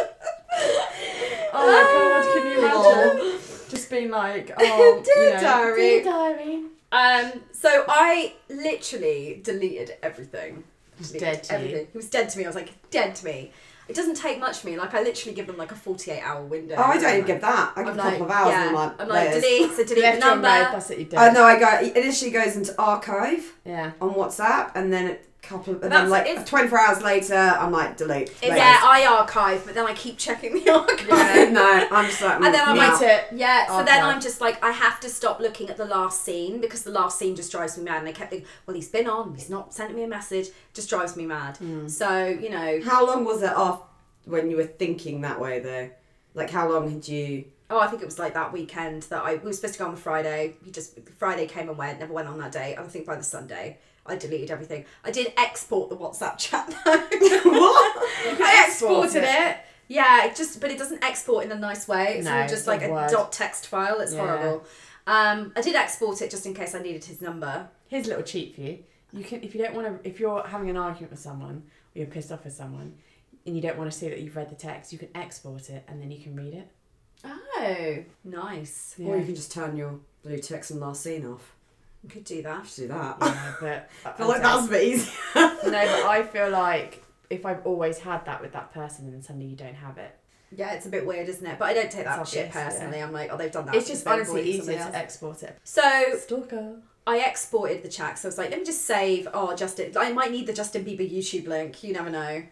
Speaker 1: Oh my god, can you imagine? Just being like, oh,
Speaker 2: Dear
Speaker 1: you know.
Speaker 2: diary.
Speaker 1: Dear diary.
Speaker 2: Um, so I literally deleted everything.
Speaker 1: He's
Speaker 2: Deleted
Speaker 1: dead to you.
Speaker 2: He was dead to me. I was like, dead to me. It doesn't take much for me. Like I literally give them like a forty-eight hour window.
Speaker 3: oh, I don't
Speaker 2: I'm
Speaker 3: even give that. I give
Speaker 2: like- I'm
Speaker 3: a
Speaker 2: like,
Speaker 3: couple of hours and
Speaker 2: yeah.
Speaker 3: I'm like,
Speaker 2: I'm like,
Speaker 3: layers.
Speaker 2: delete. So delete the
Speaker 1: Left number.
Speaker 2: number.
Speaker 1: That's what you did.
Speaker 3: Oh no, I go. It initially goes into archive
Speaker 1: Yeah.
Speaker 3: on WhatsApp, and then a couple, of, and
Speaker 2: That's-
Speaker 3: then like
Speaker 2: it's-
Speaker 3: 24 hours later, I'm like delete.
Speaker 2: It's-
Speaker 3: layers.
Speaker 2: yeah, I archive, but then I keep checking the archive.
Speaker 3: no, I'm just like,
Speaker 2: And then I'm
Speaker 3: nah.
Speaker 2: like,
Speaker 1: it.
Speaker 2: Yeah, so then
Speaker 1: Archive.
Speaker 2: I'm just like, I have to stop looking at the last scene because the last scene just drives me mad. And I kept thinking, well, he's been on, he's not sending me a message, just drives me mad. So, you know,
Speaker 3: How long was it off when you were thinking that way though? Like how long had you?
Speaker 2: Oh, I think it was like that weekend that I we were supposed to go on the Friday. We just Friday came and went, never went on that day. And I think by the Sunday, I deleted everything. I did export the WhatsApp chat though.
Speaker 3: what?
Speaker 2: I
Speaker 1: exported it.
Speaker 2: Yeah, it just but it doesn't export in a nice way. It's
Speaker 1: No,
Speaker 2: all just
Speaker 1: it's
Speaker 2: like
Speaker 1: a
Speaker 2: a
Speaker 1: Word.
Speaker 2: dot text file. It's
Speaker 1: Yeah.
Speaker 2: horrible. Um, I did export it just in case I needed his number.
Speaker 1: Here's a little cheat for you. You can if you don't want to if you're having an argument with someone or you're pissed off with someone and you don't want to see that you've read the text, you can export it and then you can read it.
Speaker 2: Oh, nice.
Speaker 1: Yeah,
Speaker 3: Or you can just turn your blue text and last scene off.
Speaker 2: You could do that.
Speaker 3: Just do that.
Speaker 1: yeah but I
Speaker 3: I feel like that's a bit easier.
Speaker 1: no, but I feel like if I've always had that with that person and then suddenly you don't have it,
Speaker 2: Yeah, it's a bit weird, isn't it? But I don't take that
Speaker 1: It's
Speaker 2: shit
Speaker 1: obvious, yeah.
Speaker 2: personally. I'm like, oh, they've done that.
Speaker 1: it's just
Speaker 2: they're
Speaker 1: honestly
Speaker 2: avoiding
Speaker 1: easier
Speaker 2: somebody else.
Speaker 1: to export it.
Speaker 2: So
Speaker 1: Stalker.
Speaker 2: I exported the chat, so I was like, let me just save. Oh, Justin, I might need the Justin Bieber YouTube link. You never know,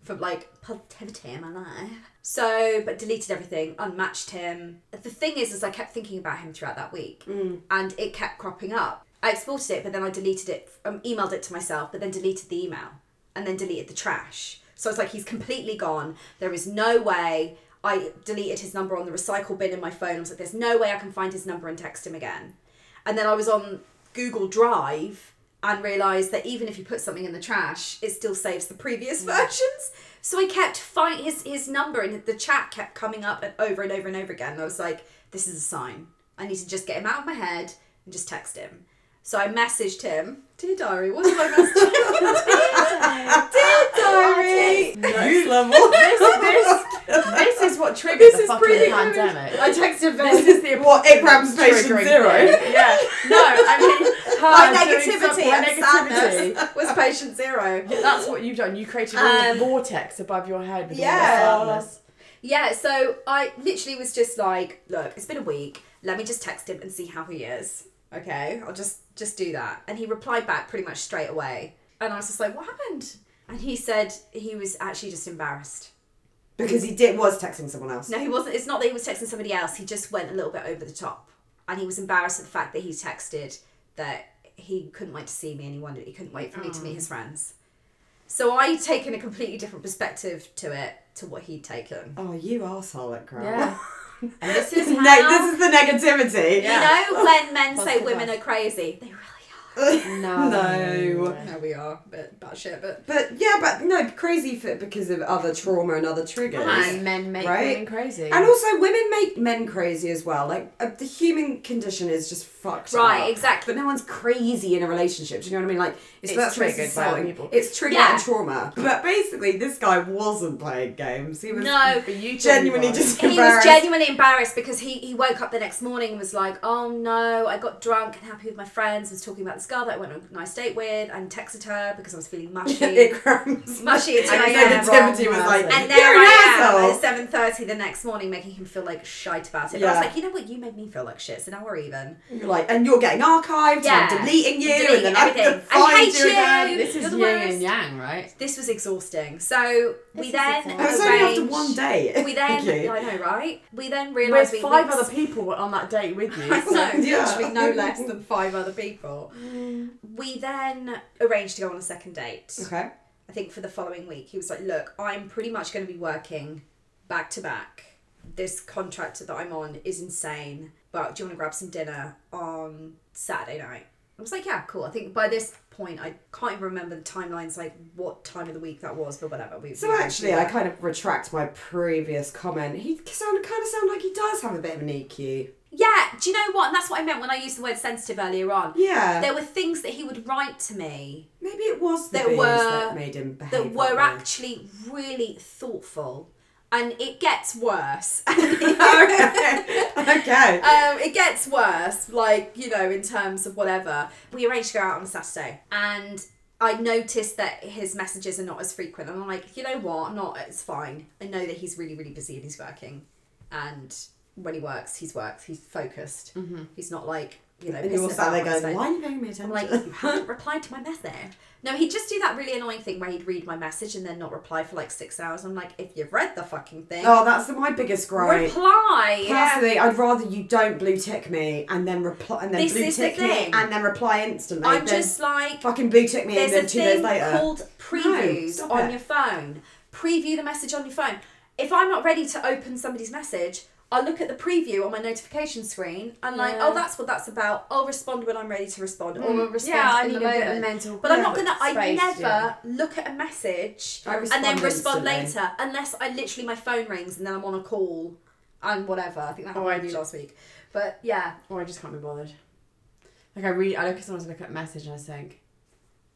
Speaker 2: for like positivity in my life. So, but deleted everything, unmatched him. The thing is, is I kept thinking about him throughout that week, and it kept cropping up. I exported it, but then I deleted it, um, emailed it to myself, but then deleted the email, and then deleted the trash. So it's like he's completely gone. There is no way. I deleted his number on the recycle bin in my phone. I was like, there's no way I can find his number and text him again. And then I was on Google Drive and realized that even if you put something in the trash, it still saves the previous
Speaker 1: Mm.
Speaker 2: versions. So I kept find his his number and the chat kept coming up and over and over and over again. And I was like, this is a sign. I need to just get him out of my head and just text him. So I messaged him, dear diary. What did I message? him? dear diary.
Speaker 3: You level.
Speaker 1: This, this, this is what triggered
Speaker 2: This
Speaker 1: the
Speaker 2: is
Speaker 1: fucking
Speaker 2: pretty good.
Speaker 1: pandemic.
Speaker 2: I texted him.
Speaker 1: This is the
Speaker 3: What, Abraham Station
Speaker 1: triggering
Speaker 3: Zero?
Speaker 1: thing. Yeah. No, I mean, her
Speaker 2: My
Speaker 1: doing some-
Speaker 2: negativity
Speaker 1: my
Speaker 2: and sadness was patient zero.
Speaker 1: That's what you've done. You created a
Speaker 2: Um,
Speaker 1: vortex above your head with
Speaker 2: yeah.
Speaker 1: all the sadness.
Speaker 2: Yeah, so I literally was just like, look, it's been a week. Let me just text him and see how he is. Okay, I'll just just do that. And he replied back pretty much straight away. And I was just like, what happened? And he said he was actually just embarrassed.
Speaker 3: Because he did was texting someone else.
Speaker 2: No, he wasn't. It's not that he was texting somebody else. He just went a little bit over the top, and he was embarrassed at the fact that he texted that he couldn't wait to see me, and he wanted he couldn't wait for me to meet
Speaker 1: Mm.
Speaker 2: his friends. So I'd taken a completely different perspective to it to what he'd taken.
Speaker 3: Oh, you asshole at crap.
Speaker 1: Yeah. And this is
Speaker 3: Ne-
Speaker 1: how.
Speaker 3: this is the negativity.
Speaker 1: Yeah.
Speaker 2: You
Speaker 3: Oh,
Speaker 2: know when men say
Speaker 1: Positive
Speaker 2: women
Speaker 1: vibes.
Speaker 2: are crazy, they really are.
Speaker 1: no.
Speaker 3: No.
Speaker 2: No, we are, but bad shit. But
Speaker 3: But yeah, but no, crazy for because of other trauma and other triggers.
Speaker 1: And men make
Speaker 3: Right?
Speaker 1: women crazy.
Speaker 3: And also, women make men crazy as well. Like uh, the human condition is just fucked
Speaker 2: Right,
Speaker 3: up.
Speaker 2: exactly.
Speaker 3: But no one's crazy in a relationship. Do you know what I mean? Like it's,
Speaker 1: It's
Speaker 3: that's
Speaker 1: triggered by
Speaker 3: triggered by
Speaker 1: people.
Speaker 3: It's triggered
Speaker 2: Yeah.
Speaker 3: and trauma. But basically, this guy wasn't playing games. He was
Speaker 2: no,
Speaker 1: but you
Speaker 3: genuinely
Speaker 1: told me
Speaker 3: just
Speaker 2: he was
Speaker 3: embarrassed.
Speaker 2: genuinely embarrassed because he, he woke up the next morning and was like, oh no, I got drunk and happy with my friends, was talking about this girl that I went on a nice date with and texted her because I was feeling mushy.
Speaker 3: it crams.
Speaker 2: mushy at 2
Speaker 1: And I
Speaker 2: a.m.
Speaker 1: said wrong
Speaker 3: negativity was like,
Speaker 1: person.
Speaker 2: And
Speaker 3: you're
Speaker 2: there
Speaker 3: an
Speaker 2: I am
Speaker 3: asshole.
Speaker 2: at seven thirty the next morning, making him feel like shite about it. But I
Speaker 3: Yeah.
Speaker 2: was like, you know what? You made me feel like shit, so now we're even.
Speaker 3: You're like, and you're getting archived. Yeah.
Speaker 2: Yeah.
Speaker 3: I'm deleting you.
Speaker 2: Deleting
Speaker 3: and then I'm
Speaker 2: everything.
Speaker 3: gonna
Speaker 2: I
Speaker 3: find
Speaker 2: hate you.
Speaker 3: again.
Speaker 1: this is
Speaker 2: You're the
Speaker 1: yin
Speaker 2: worst.
Speaker 1: and yang, right?
Speaker 2: This was exhausting. So
Speaker 1: This
Speaker 2: we
Speaker 1: is
Speaker 2: then
Speaker 3: It
Speaker 1: exhausting.
Speaker 3: was only after
Speaker 2: arranged-
Speaker 3: one day.
Speaker 2: We then,
Speaker 3: Thank you.
Speaker 2: I know, right? We then
Speaker 1: Whereas
Speaker 2: realised we
Speaker 1: five
Speaker 2: we-
Speaker 1: other people were on that date with you.
Speaker 2: I know,
Speaker 3: Yeah.
Speaker 2: literally no less than five other people. We then arranged to go on a second date.
Speaker 3: okay.
Speaker 2: I think for the following week, he was like, "Look, I'm pretty much going to be working back to back. This contract that I'm on is insane. But do you want to grab some dinner on Saturday night?" I was like, "Yeah, cool." I think by this point, I can't even remember the timelines, like what time of the week that was, but whatever. We
Speaker 3: So
Speaker 2: we
Speaker 3: actually,
Speaker 2: managed
Speaker 3: I
Speaker 2: to do that.
Speaker 3: kind of retract my previous comment. He sound, kind of sound like he does have a bit of an E EQ.
Speaker 2: yeah. Do you know what? And that's what I meant when I used the word sensitive earlier on.
Speaker 3: Yeah.
Speaker 2: There were things that he would write to me
Speaker 3: Maybe it was the
Speaker 2: that
Speaker 3: booze
Speaker 2: were-
Speaker 3: that made him behave
Speaker 2: that were
Speaker 3: way.
Speaker 2: actually really thoughtful and it gets worse
Speaker 3: okay.
Speaker 2: um, it gets worse like you know in terms of whatever we arranged to go out on a saturday and i noticed that his messages are not as frequent and i'm like you know what I'm not it's fine i know that he's really really busy and he's working and when he works he's worked he's focused he's not like you know
Speaker 3: Mm-hmm. and you're
Speaker 2: pissing
Speaker 3: sat there
Speaker 2: about on his
Speaker 3: going,
Speaker 2: phone.
Speaker 3: why are you paying me
Speaker 2: I'm
Speaker 3: attention?
Speaker 2: like, you haven't replied to my message. No, he'd just do that really annoying thing where he'd read my message and then not reply for like six hours. I'm like, if you've read the fucking thing,
Speaker 3: oh, that's my biggest gripe.
Speaker 2: reply.
Speaker 3: Personally, I'd rather you don't blue tick me and then reply and then
Speaker 2: This
Speaker 3: blue
Speaker 2: is the
Speaker 3: tick me
Speaker 2: thing.
Speaker 3: and then reply instantly.
Speaker 2: I'm
Speaker 3: then
Speaker 2: just like,
Speaker 3: fucking blue tick me and
Speaker 2: there's
Speaker 3: then
Speaker 2: a
Speaker 3: two days
Speaker 2: thing
Speaker 3: later.
Speaker 2: called previews
Speaker 3: stop
Speaker 2: on
Speaker 3: it.
Speaker 2: your phone. Preview the message on your phone. If I'm not ready to open somebody's message, I look at the preview on my notification screen and like,
Speaker 4: Yeah.
Speaker 2: oh, that's what that's about. I'll respond when I'm ready to respond,
Speaker 1: Mm.
Speaker 2: or I'll respond
Speaker 4: yeah, I
Speaker 2: in
Speaker 4: need
Speaker 2: the
Speaker 4: a bit of
Speaker 2: moment.
Speaker 4: mental.
Speaker 2: But I'm not gonna. I
Speaker 1: space,
Speaker 2: never
Speaker 1: yeah.
Speaker 2: look at a message
Speaker 3: I
Speaker 2: and then
Speaker 3: respond
Speaker 2: respond
Speaker 3: instantly.
Speaker 2: later, unless I literally my phone rings and then I'm on a call and whatever. I think that
Speaker 1: Oh,
Speaker 2: happened
Speaker 1: I
Speaker 2: with you
Speaker 1: ju-
Speaker 2: last week. But yeah,
Speaker 1: Or I just can't be bothered. Like I read, I look at someone's look at a message and I think,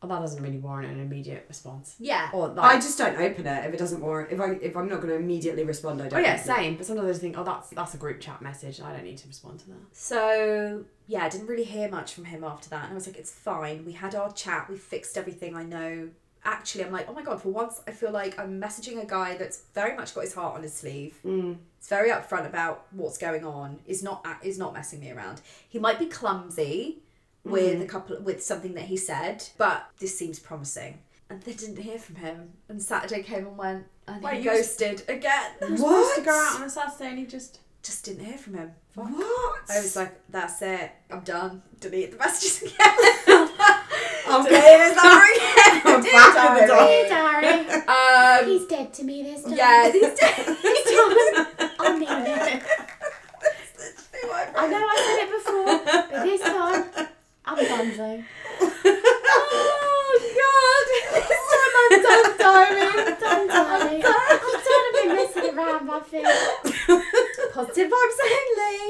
Speaker 1: oh, that doesn't really warrant an immediate response.
Speaker 2: yeah,
Speaker 1: Or like,
Speaker 3: I just don't open it if it doesn't work. If I if I'm not going to immediately respond, I
Speaker 1: oh
Speaker 3: don't.
Speaker 1: yeah,
Speaker 3: open it.
Speaker 1: same. But sometimes I just think, oh, that's that's a group chat message. I don't need to respond to that.
Speaker 2: So yeah, I didn't really hear much from him after that, and I was like, it's fine. We had our chat. We fixed everything. I know. Actually, I'm like, oh my god. For once, I feel like I'm messaging a guy that's very much got his heart on his sleeve.
Speaker 3: Mm.
Speaker 2: It's very upfront about what's going on. Is not a- is not messing me around. He might be clumsy
Speaker 3: Mm.
Speaker 2: with a couple with something that he said, but this seems promising. And they didn't hear from him. And Saturday came and went, and
Speaker 1: Wait,
Speaker 2: he
Speaker 1: you was-
Speaker 2: ghosted again.
Speaker 1: Supposed to
Speaker 3: What?
Speaker 1: go out on a Saturday and he just.
Speaker 2: Just didn't hear from him.
Speaker 3: What?
Speaker 2: I was like, that's it. I'm done. Delete the messages again.
Speaker 3: okay.
Speaker 2: Is that right? Dear
Speaker 3: Back with the
Speaker 2: diary.
Speaker 3: Hey,
Speaker 4: Dari.
Speaker 2: Um,
Speaker 4: He's dead to me this time.
Speaker 2: yeah, these days.
Speaker 4: I mean it. I know I said it before, but this time I'm Dunzo.
Speaker 2: oh, God. This one
Speaker 4: Dun darling, dun darling. I'm tired of being messing around my feet.
Speaker 2: I'm positive vibes only.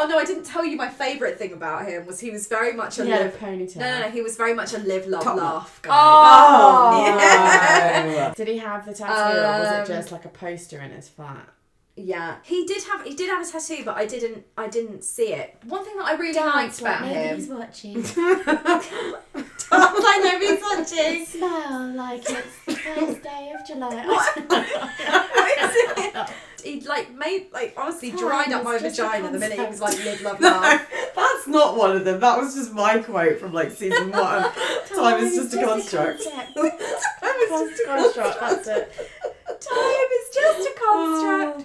Speaker 2: Oh, no, I didn't tell you my favourite thing about him was he was very much a
Speaker 1: Yeah,
Speaker 2: live...
Speaker 1: ponytail.
Speaker 2: No, no, no, he was very much a live, love,
Speaker 3: Top
Speaker 2: laugh guy.
Speaker 1: Oh.
Speaker 3: Yeah.
Speaker 1: Did he have the tattoo or was
Speaker 2: Um,
Speaker 1: it just like a poster in his flat?
Speaker 2: Yeah, he did have he did have a tattoo, but I didn't I didn't see it. One thing that I really liked
Speaker 4: Dance like
Speaker 2: about
Speaker 4: nobody's
Speaker 2: him,
Speaker 4: watching.
Speaker 2: I know he's watching.
Speaker 4: Smile like it's the first day of July.
Speaker 2: He like made like honestly
Speaker 4: Time
Speaker 2: dried up my
Speaker 4: is just a
Speaker 2: vagina the minute he was like
Speaker 4: concept.
Speaker 2: live love
Speaker 3: No,
Speaker 2: laugh.
Speaker 3: that's not one of them. That was just my quote from like season one. Time is just a construct.
Speaker 4: concept.
Speaker 1: That's it.
Speaker 2: Time is just a construct.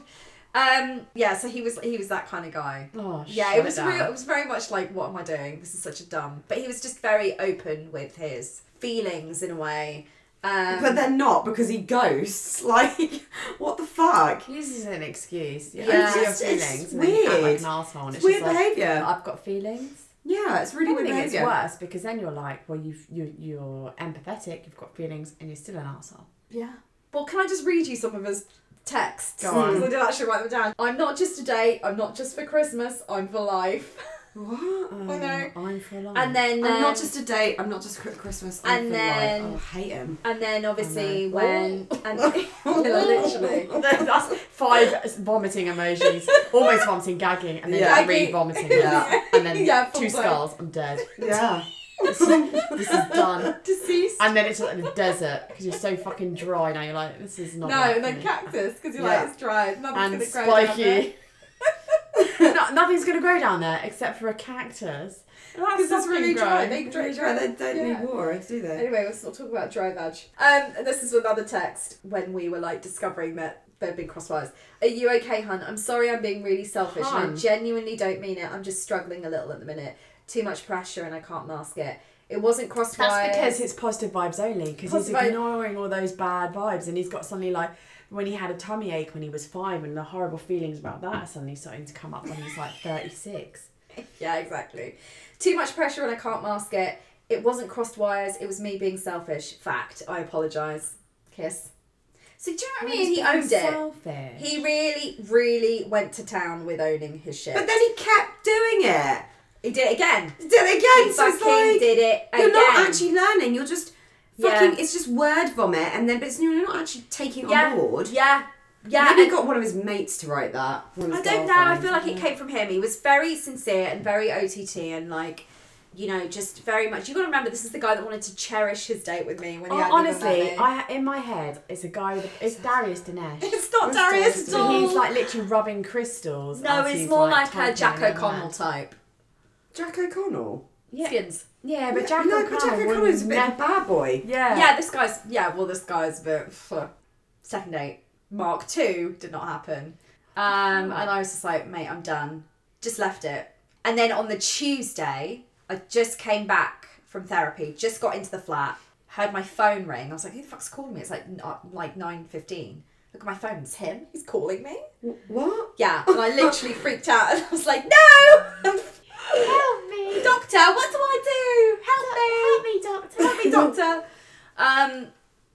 Speaker 2: Um yeah, so he was he was that kind of guy.
Speaker 1: Oh,
Speaker 2: Yeah,
Speaker 1: shut
Speaker 2: it was
Speaker 1: down.
Speaker 2: real, it was very much like what am I doing? This is such a dumb. But he was just very open with his feelings in a way. Um,
Speaker 3: But they're not because he ghosts. Like, what the fuck?
Speaker 1: He uses an excuse. Yeah,
Speaker 2: Yeah.
Speaker 1: I feel
Speaker 3: It's
Speaker 1: your
Speaker 3: just-
Speaker 1: feelings.
Speaker 3: it's
Speaker 1: and then you act like
Speaker 3: weird.
Speaker 1: an asshole. And
Speaker 3: It's
Speaker 1: it's,
Speaker 3: weird
Speaker 1: just like,
Speaker 4: "Oh,
Speaker 3: behaviour.
Speaker 1: I've got feelings.
Speaker 3: Yeah, it's really
Speaker 1: I
Speaker 3: weird
Speaker 1: think it's
Speaker 3: behaviour.
Speaker 1: worse because then you're like, well, you've, you you're empathetic, you've got feelings, and you're still an asshole.
Speaker 2: Yeah. Well, can I just read you some of his texts?
Speaker 1: Go on.
Speaker 2: 'Cause I did actually write them down. I'm not just a date. I'm not just for Christmas. I'm for life.
Speaker 3: What?
Speaker 1: Oh,
Speaker 2: know.
Speaker 1: I'm for life.
Speaker 2: And then, um,
Speaker 3: I'm not just a date. I'm not just Chri- Christmas. I'm
Speaker 2: And
Speaker 3: for
Speaker 2: then-
Speaker 3: life. Oh, I hate him.
Speaker 2: and then obviously
Speaker 1: I know.
Speaker 2: when and
Speaker 1: "Oh."
Speaker 2: literally.
Speaker 1: that's five vomiting emojis, almost vomiting, gagging, and then
Speaker 3: Yeah.
Speaker 1: three vomiting,
Speaker 3: Yeah.
Speaker 1: and then
Speaker 2: Yeah, full
Speaker 1: two
Speaker 2: blown.
Speaker 1: skulls. I'm dead.
Speaker 3: Yeah.
Speaker 1: This is, this is done.
Speaker 2: Deceased.
Speaker 1: And then it's like the desert because you're so fucking dry now. You're like, this is not.
Speaker 2: No,
Speaker 1: right
Speaker 2: and
Speaker 1: for
Speaker 2: then
Speaker 1: me.
Speaker 2: cactus because you're
Speaker 3: Yeah.
Speaker 2: like it's dry. Nothing's
Speaker 1: and
Speaker 2: gonna grow down there.
Speaker 1: spiky. no, nothing's gonna grow down there except for a cactus.
Speaker 2: Because it's really dry. They
Speaker 3: They're
Speaker 2: dry.
Speaker 3: really dry. They don't
Speaker 2: Yeah.
Speaker 3: need water, do they?
Speaker 2: Anyway, let's not talk about dry vag. Um, and this is another text when we were like discovering that there'd been crosswires. Are you okay, hun? I'm sorry I'm being really selfish and
Speaker 1: Hun.
Speaker 2: I genuinely don't mean it. I'm just struggling a little at the minute. Too much pressure and I can't mask it. It wasn't crosswires.
Speaker 1: That's because it's positive vibes only. Because he's
Speaker 2: Positive vibe-
Speaker 1: ignoring all those bad vibes, and he's got suddenly like when he had a tummy ache when he was five, and the horrible feelings about that are suddenly starting to come up when he's like thirty six.
Speaker 2: Yeah, exactly. Too much pressure and I can't mask it. It wasn't crossed wires. It was me being selfish. Fact. I apologise. Kiss. So do you know what I mean? He owned it.
Speaker 1: Selfish.
Speaker 2: He really, really went to town with owning his shit.
Speaker 3: But then he kept doing it.
Speaker 2: he did it again.
Speaker 3: He Did it
Speaker 2: He
Speaker 3: again. so it's
Speaker 2: fucking
Speaker 3: like
Speaker 2: did it again.
Speaker 3: you're not actually learning. You're just
Speaker 2: Yeah.
Speaker 3: fucking. It's just word vomit, and then but it's, you're not actually taking
Speaker 2: Yeah.
Speaker 3: on board.
Speaker 2: Yeah, yeah.
Speaker 3: Maybe he
Speaker 2: and-
Speaker 3: got one of his mates to write that. one of
Speaker 2: I
Speaker 3: his
Speaker 2: don't know. I
Speaker 3: girlfriends.
Speaker 2: feel like it came from him. He was very sincere and very OTT and like, you know, just very much. You got to remember, this is the guy that wanted to cherish his date with me when he
Speaker 1: Oh,
Speaker 2: had me with
Speaker 1: honestly,
Speaker 2: Manny.
Speaker 1: I in my head it's a guy with a, it's Darius Dinesh.
Speaker 2: It's not
Speaker 3: Where's Darius
Speaker 2: Darius at
Speaker 3: Dinesh?
Speaker 1: But
Speaker 2: all.
Speaker 1: he's like literally rubbing crystals.
Speaker 2: no,
Speaker 1: as
Speaker 2: it's
Speaker 1: he's,
Speaker 2: more like, a
Speaker 1: typing
Speaker 2: Jack
Speaker 1: in a
Speaker 2: O'Connell
Speaker 1: letter.
Speaker 2: type.
Speaker 3: Jack O'Connell.
Speaker 1: Yeah.
Speaker 2: Skins.
Speaker 1: Yeah, but
Speaker 3: Yeah,
Speaker 1: Jack
Speaker 3: no,
Speaker 1: O'Connell.
Speaker 3: but Jack
Speaker 1: would
Speaker 3: O'Connell's a bit of a
Speaker 1: never-
Speaker 3: bad boy.
Speaker 1: Yeah.
Speaker 2: Yeah, this guy's. Yeah, well, this guy's a bit. phew. Second date. Mark two did not happen. Um, and I was just like, mate, I'm done. Just left it. And then on the Tuesday, I just came back from therapy, just got into the flat, heard my phone ring. I was like, who the fuck's calling me? It's like n- uh, like nine fifteen. look at my phone, it's him. He's calling me.
Speaker 3: Wh- What?
Speaker 2: Yeah, and I literally freaked out and I was like, no!
Speaker 4: Help me.
Speaker 2: Doctor, what do I do? Help me!
Speaker 4: Help me, doctor.
Speaker 2: help me, doctor. Um,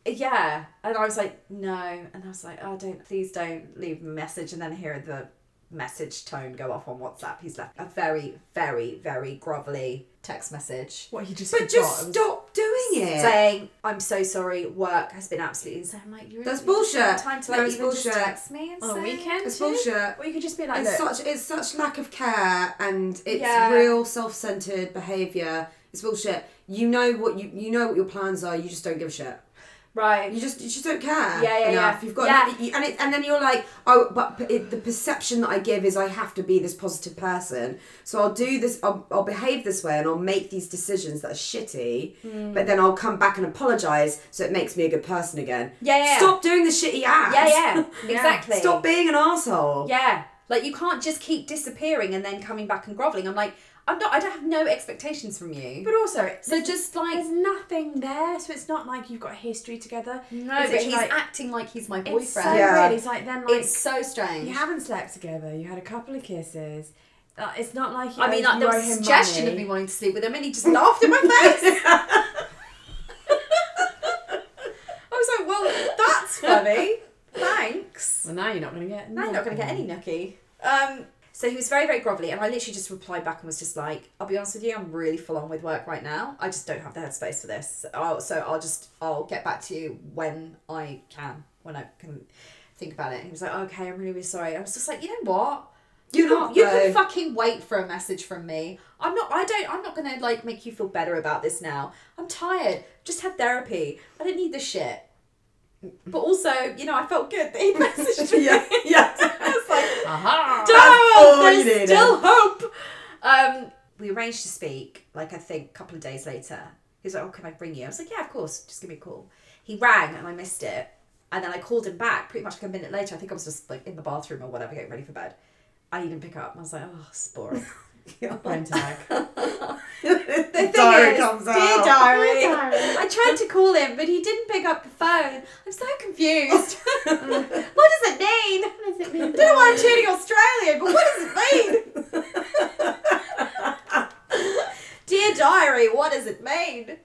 Speaker 2: yeah. And I was like, no. And I was like, oh, don't, please don't leave a message. And then I hear the message tone go off on WhatsApp. He's left a very, very, very grovelly text message
Speaker 1: What he just
Speaker 3: But
Speaker 1: forgot.
Speaker 3: just stop doing it.
Speaker 2: saying, I'm so sorry, work has been absolutely insane. I'm like, you
Speaker 3: That's
Speaker 2: really didn't
Speaker 3: bullshit.
Speaker 2: have Time to
Speaker 3: No,
Speaker 2: like
Speaker 3: it's
Speaker 2: even just
Speaker 3: bullshit.
Speaker 2: text me and
Speaker 1: on a
Speaker 2: say-
Speaker 1: weekend.
Speaker 3: It's
Speaker 1: too?
Speaker 3: bullshit.
Speaker 1: Or you could just be like,
Speaker 3: It's
Speaker 1: look,
Speaker 3: such it's such lack of care and it's
Speaker 2: Yeah.
Speaker 3: real self centered behaviour. It's bullshit. You know what you you know what your plans are. You just don't give a shit.
Speaker 2: Right.
Speaker 3: You just you just don't care.
Speaker 2: Yeah, yeah,
Speaker 3: enough.
Speaker 2: yeah.
Speaker 3: You've got
Speaker 2: Yeah.
Speaker 3: you- and it, and then you're like oh, but p- it, the perception that I give is I have to be this positive person. So I'll do this. I'll, I'll behave this way and I'll make these decisions that are shitty.
Speaker 2: Hmm.
Speaker 3: But then I'll come back and apologize, so it makes me a good person again.
Speaker 2: Yeah, yeah.
Speaker 3: Stop doing the shitty ass.
Speaker 2: Yeah, yeah. Exactly.
Speaker 3: Stop being an asshole.
Speaker 2: Yeah. Like you can't just keep disappearing and then coming back and groveling. I'm like, I'm not I don't have no expectations from you.
Speaker 1: but also it's
Speaker 2: so just like
Speaker 4: There's nothing there, so it's not like you've got history together.
Speaker 2: No,
Speaker 1: It's
Speaker 2: but
Speaker 1: actually
Speaker 2: he's
Speaker 1: like-
Speaker 2: acting like he's my boyfriend.
Speaker 1: It's so
Speaker 3: Yeah.
Speaker 1: weird. It's like then like
Speaker 2: It's so strange.
Speaker 1: you haven't slept together. You had a couple of kisses. Uh, it's not like you
Speaker 2: I mean,
Speaker 1: owe-
Speaker 2: like,
Speaker 1: you
Speaker 2: there
Speaker 1: owe
Speaker 2: was a
Speaker 1: him
Speaker 2: suggestion
Speaker 1: money.
Speaker 2: of me wanting to sleep with him, and he just laughed in my face. I was like, "Well, that's funny. Thanks."
Speaker 1: Well, now you're not going to get.
Speaker 2: No, you're not going to get any nookie. Um, so he was very, very grovelly, and I literally just replied back and was just like, "I'll be honest with you, I'm really full on with work right now. I just don't have the headspace for this. I'll, so I'll just, I'll get back to you when I can, when I can think about it." And he was like, "Okay, I'm really, really sorry." I was just like, "You know what?
Speaker 3: You're
Speaker 2: can-
Speaker 3: not,
Speaker 2: You
Speaker 3: though.
Speaker 2: can fucking wait for a message from me. I'm not. I don't. I'm not going to like make you feel better about this now. I'm tired. Just had therapy. I don't need this shit." But also, you know, I felt good that he messaged me.
Speaker 3: yeah, yeah.
Speaker 2: I was like,
Speaker 1: Aha!
Speaker 2: Darrell,
Speaker 3: all
Speaker 2: there's
Speaker 3: you needed.
Speaker 2: still hope. Um, we arranged to speak, like I think, a couple of days later. He was like, "Oh, can I bring you?" I was like, "Yeah, of course. Just give me a call." He rang, and I missed it. And then I called him back pretty much like a minute later. I think I was just like in the bathroom or whatever, getting ready for bed. I didn't pick up. And I was like, "Oh, it's boring."
Speaker 1: Phone tag.
Speaker 2: the thing
Speaker 3: diary
Speaker 2: is,
Speaker 3: comes
Speaker 2: dear
Speaker 3: out.
Speaker 2: diary,
Speaker 4: Dear diary.
Speaker 2: I tried to call him, but he didn't pick up the phone. I'm so confused. what does it mean?
Speaker 4: What does it mean?
Speaker 2: I don't know why I'm cheating Australia, but what does it mean? Dear diary, what does it mean?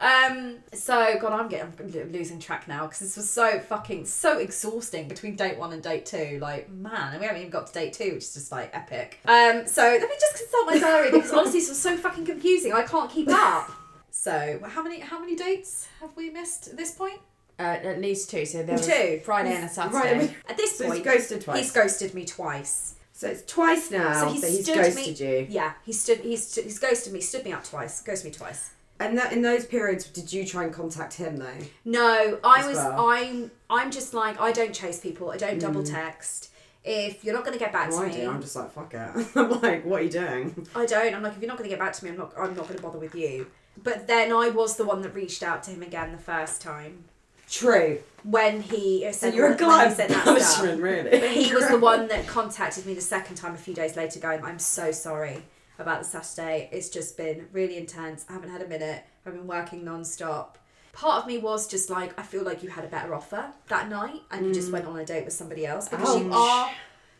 Speaker 2: Um, so God, I'm getting I'm lo- losing track now because this was so fucking so exhausting between date one and date two. Like, man, and we haven't even got to date two, which is just like epic. Um, so let me just consult my diary because honestly, this was so fucking confusing. I can't keep up. So how many how many dates have we missed at this point?
Speaker 1: Uh, at least two. So there was
Speaker 2: Two.
Speaker 1: Friday and a Saturday.
Speaker 3: Right, I mean,
Speaker 2: At this
Speaker 3: so he's
Speaker 2: point,
Speaker 3: ghosted twice.
Speaker 2: he's ghosted me twice.
Speaker 3: so it's twice now
Speaker 2: So he
Speaker 3: that he's
Speaker 2: stood
Speaker 3: ghosted
Speaker 2: me.
Speaker 3: you.
Speaker 2: Yeah, he stood. He's stu- he's ghosted me. Stood me up twice. Ghosted me twice.
Speaker 3: And that in those periods, did you try and contact him though?
Speaker 2: No, I
Speaker 3: As
Speaker 2: was.
Speaker 3: well.
Speaker 2: I'm. I'm just like I don't chase people. I don't double text. If you're not gonna get back
Speaker 3: Oh,
Speaker 2: to
Speaker 3: I
Speaker 2: me,
Speaker 3: do. I'm just like fuck it. I'm like, what are you doing?
Speaker 2: I don't. I'm like if you're not gonna get back to me, I'm not. I'm not gonna bother with you. But then I was the one that reached out to him again the first time
Speaker 3: True.
Speaker 2: when he
Speaker 3: So
Speaker 2: said
Speaker 3: you're a
Speaker 2: when he
Speaker 3: glutton for
Speaker 2: said that stuff.
Speaker 3: punishment, really.
Speaker 2: But he was the one that contacted me the second time a few days later, going, I'm so sorry about the Saturday. It's just been really intense. I haven't had a minute. I've been working non stop. Part of me was just like, I feel like you had a better offer that night and you just went on a date with somebody else because you
Speaker 3: Ouch.
Speaker 2: are.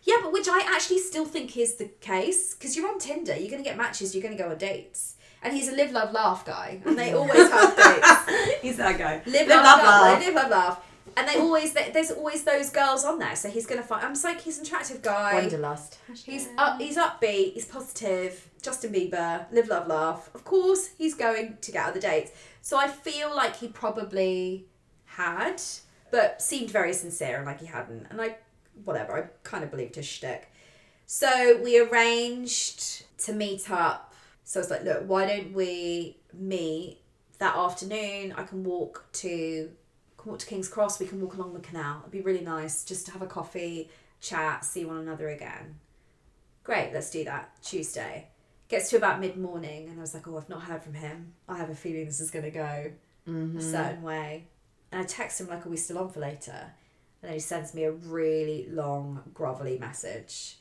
Speaker 2: Yeah, but which I actually still think is the case because you're on Tinder, you're going to get matches, you're going to go on dates. And he's a live, love, laugh guy, and they always have dates.
Speaker 3: he's that guy.
Speaker 2: Live,
Speaker 3: Live,
Speaker 2: love,
Speaker 3: laugh,
Speaker 2: laugh.
Speaker 3: laugh.
Speaker 2: Live, love, laugh. And they always there- there's always those girls on there, so he's gonna find. I'm just like he's an attractive guy.
Speaker 1: Wanderlust.
Speaker 2: He's up. He's upbeat. He's positive. Justin Bieber. Live, love, laugh. Of course, he's going to get other dates. So I feel like he probably had, but seemed very sincere and like he hadn't. And I, whatever. I kind of believed his shtick. So we arranged to meet up. So I was like, look, why don't we meet that afternoon? I can walk to can walk to King's Cross. We can walk along the canal. It'd be really nice just to have a coffee, chat, see one another again. Great, let's do that. Tuesday. Gets to about mid morning, and I was like, oh, I've not heard from him. I have a feeling this is going to go a certain way. And I text him, like, are we still on for later? And then he sends me a really long, grovelly message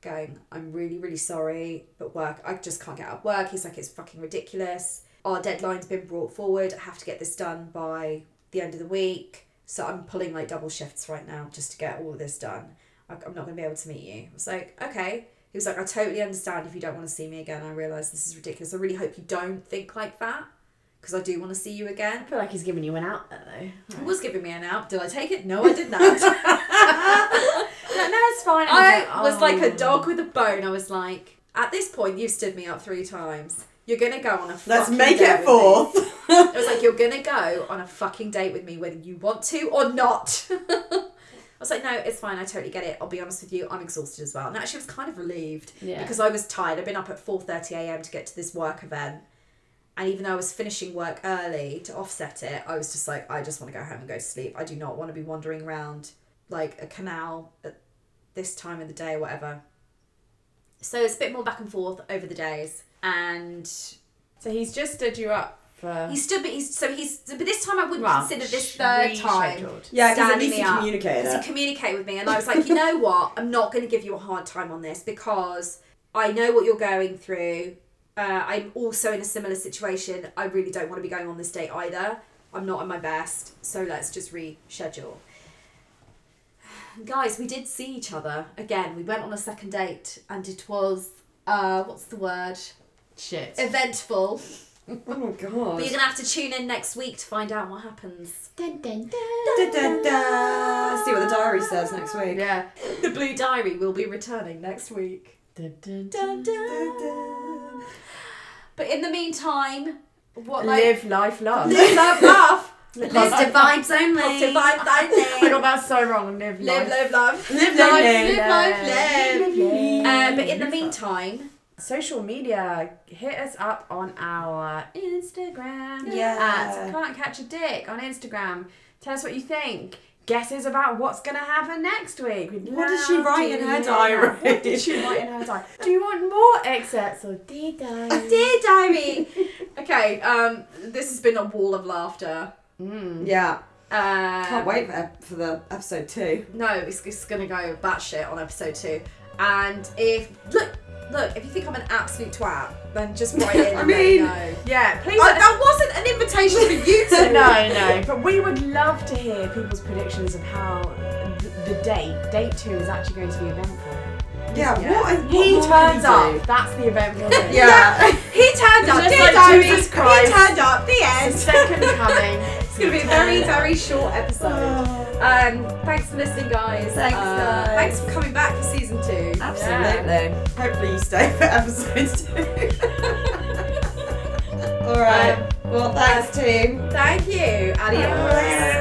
Speaker 2: going, I'm really, really sorry, but work, I just can't get out of work. He's like, it's fucking ridiculous. Our deadline's been brought forward. I have to get this done by the end of the week. So I'm pulling like double shifts right now just to get all of this done. I- I'm not going to be able to meet you. I was like, okay. He was like, I totally understand if you don't want to see me again. I realise this is ridiculous. I really hope you don't think like that because I do want to see you again.
Speaker 1: I feel like he's giving you an out there though.
Speaker 2: He was giving me an out. Did I take it? No, I did not.
Speaker 1: No, no, it's fine.
Speaker 2: I was like
Speaker 1: oh.
Speaker 2: a dog with a bone. I was like, at this point, you've stood me up three times. You're gonna go on a.
Speaker 3: Let's
Speaker 2: fucking
Speaker 3: make
Speaker 2: date
Speaker 3: it
Speaker 2: with me."
Speaker 3: fourth.
Speaker 2: I was like, you're gonna go on a fucking date with me whether you want to or not. I was like, no, it's fine. I totally get it. I'll be honest with you. I'm exhausted as well. And actually, I was kind of relieved
Speaker 1: Yeah.
Speaker 2: because I was tired. I'd been up at four thirty a.m. to get to this work event, and even though I was finishing work early to offset it, I was just like, I just want to go home and go to sleep. I do not want to be wandering around like a canal at this time of the day or whatever. So it's a bit more back and forth over the days, and
Speaker 1: So he's just stood you up for.
Speaker 2: he stood, but he's so he's. But this time I wouldn't
Speaker 1: Well,
Speaker 2: consider this third time.
Speaker 1: rescheduled.
Speaker 3: Yeah, because at
Speaker 2: Stand
Speaker 3: least
Speaker 2: me
Speaker 3: he
Speaker 2: up.
Speaker 3: communicated
Speaker 2: Because
Speaker 3: it.
Speaker 2: he communicated with me, and I was like, you know what? I'm not going to give you a hard time on this because I know what you're going through. Uh, I'm also in a similar situation. I really don't want to be going on this date either. I'm not at my best, so let's just reschedule. Guys, we did see each other again. We went on a second date, and it was uh, what's the word?
Speaker 1: Shit.
Speaker 2: Eventful.
Speaker 3: Oh my god.
Speaker 2: But you're gonna have to tune in next week to find out what happens.
Speaker 4: Dun, dun, dun.
Speaker 3: Da, da, da. See what the diary says next week.
Speaker 1: Yeah.
Speaker 2: The Blue Diary will be returning next week.
Speaker 1: Dun, dun,
Speaker 2: Dun,
Speaker 1: dun.
Speaker 2: dun. But in the meantime, what like
Speaker 1: Live life, love.
Speaker 2: live, love, laugh,
Speaker 3: Positive vibes only.
Speaker 2: positive vibes
Speaker 1: I got
Speaker 2: only.
Speaker 1: that so wrong. Live,
Speaker 2: Live,
Speaker 1: life.
Speaker 2: live, love.
Speaker 3: Live,
Speaker 2: life,
Speaker 3: live,
Speaker 2: live, life,
Speaker 1: live.
Speaker 2: live.
Speaker 1: Live.
Speaker 2: Uh, but in the meantime,
Speaker 1: Social media. Hit us up on our Instagram.
Speaker 3: Yeah.
Speaker 1: At can't catch a dick on Instagram. Tell us what you think. Guesses about what's gonna happen next week. We'd
Speaker 3: What did
Speaker 1: love
Speaker 3: she write
Speaker 1: to
Speaker 3: in her
Speaker 1: hear.
Speaker 3: diary?
Speaker 1: What did she write in her diary? Do you want more excerpts or
Speaker 4: Dee dun.
Speaker 2: dear diary. okay, um, this has been a wall of laughter.
Speaker 3: Yeah.
Speaker 2: Uh,
Speaker 3: Can't wait for, ep- for the episode two.
Speaker 2: No, it's, it's gonna go batshit on episode two. And if look, look, if you think I'm an absolute twat, then just write in.
Speaker 3: I
Speaker 2: and let
Speaker 3: mean-
Speaker 2: know.
Speaker 1: Yeah, please.
Speaker 2: Oh,
Speaker 1: let us
Speaker 2: that wasn't an invitation for you
Speaker 1: no,
Speaker 2: to.
Speaker 1: no. But we would love to hear people's predictions of how th- the date, date two, is actually going to be eventful.
Speaker 3: Yeah.
Speaker 2: Yeah.
Speaker 3: What? what
Speaker 1: He
Speaker 3: more can
Speaker 1: turns
Speaker 3: you do?
Speaker 1: up. That's the eventful thing.
Speaker 3: Yeah.
Speaker 2: He turned up.
Speaker 1: Just
Speaker 2: Dear
Speaker 1: like
Speaker 2: diary,
Speaker 1: Jesus
Speaker 2: He
Speaker 1: Christ.
Speaker 2: turned up. The end.
Speaker 1: It's second coming.
Speaker 2: It's gonna be a very, very short episode. Um, thanks for listening, guys.
Speaker 3: Thanks,
Speaker 2: Uh,
Speaker 3: guys.
Speaker 2: Thanks for coming back for season two.
Speaker 3: Absolutely. Hopefully you stay for episode two. All right. well, thanks, team.
Speaker 2: Thank you. Adios.
Speaker 3: Bye.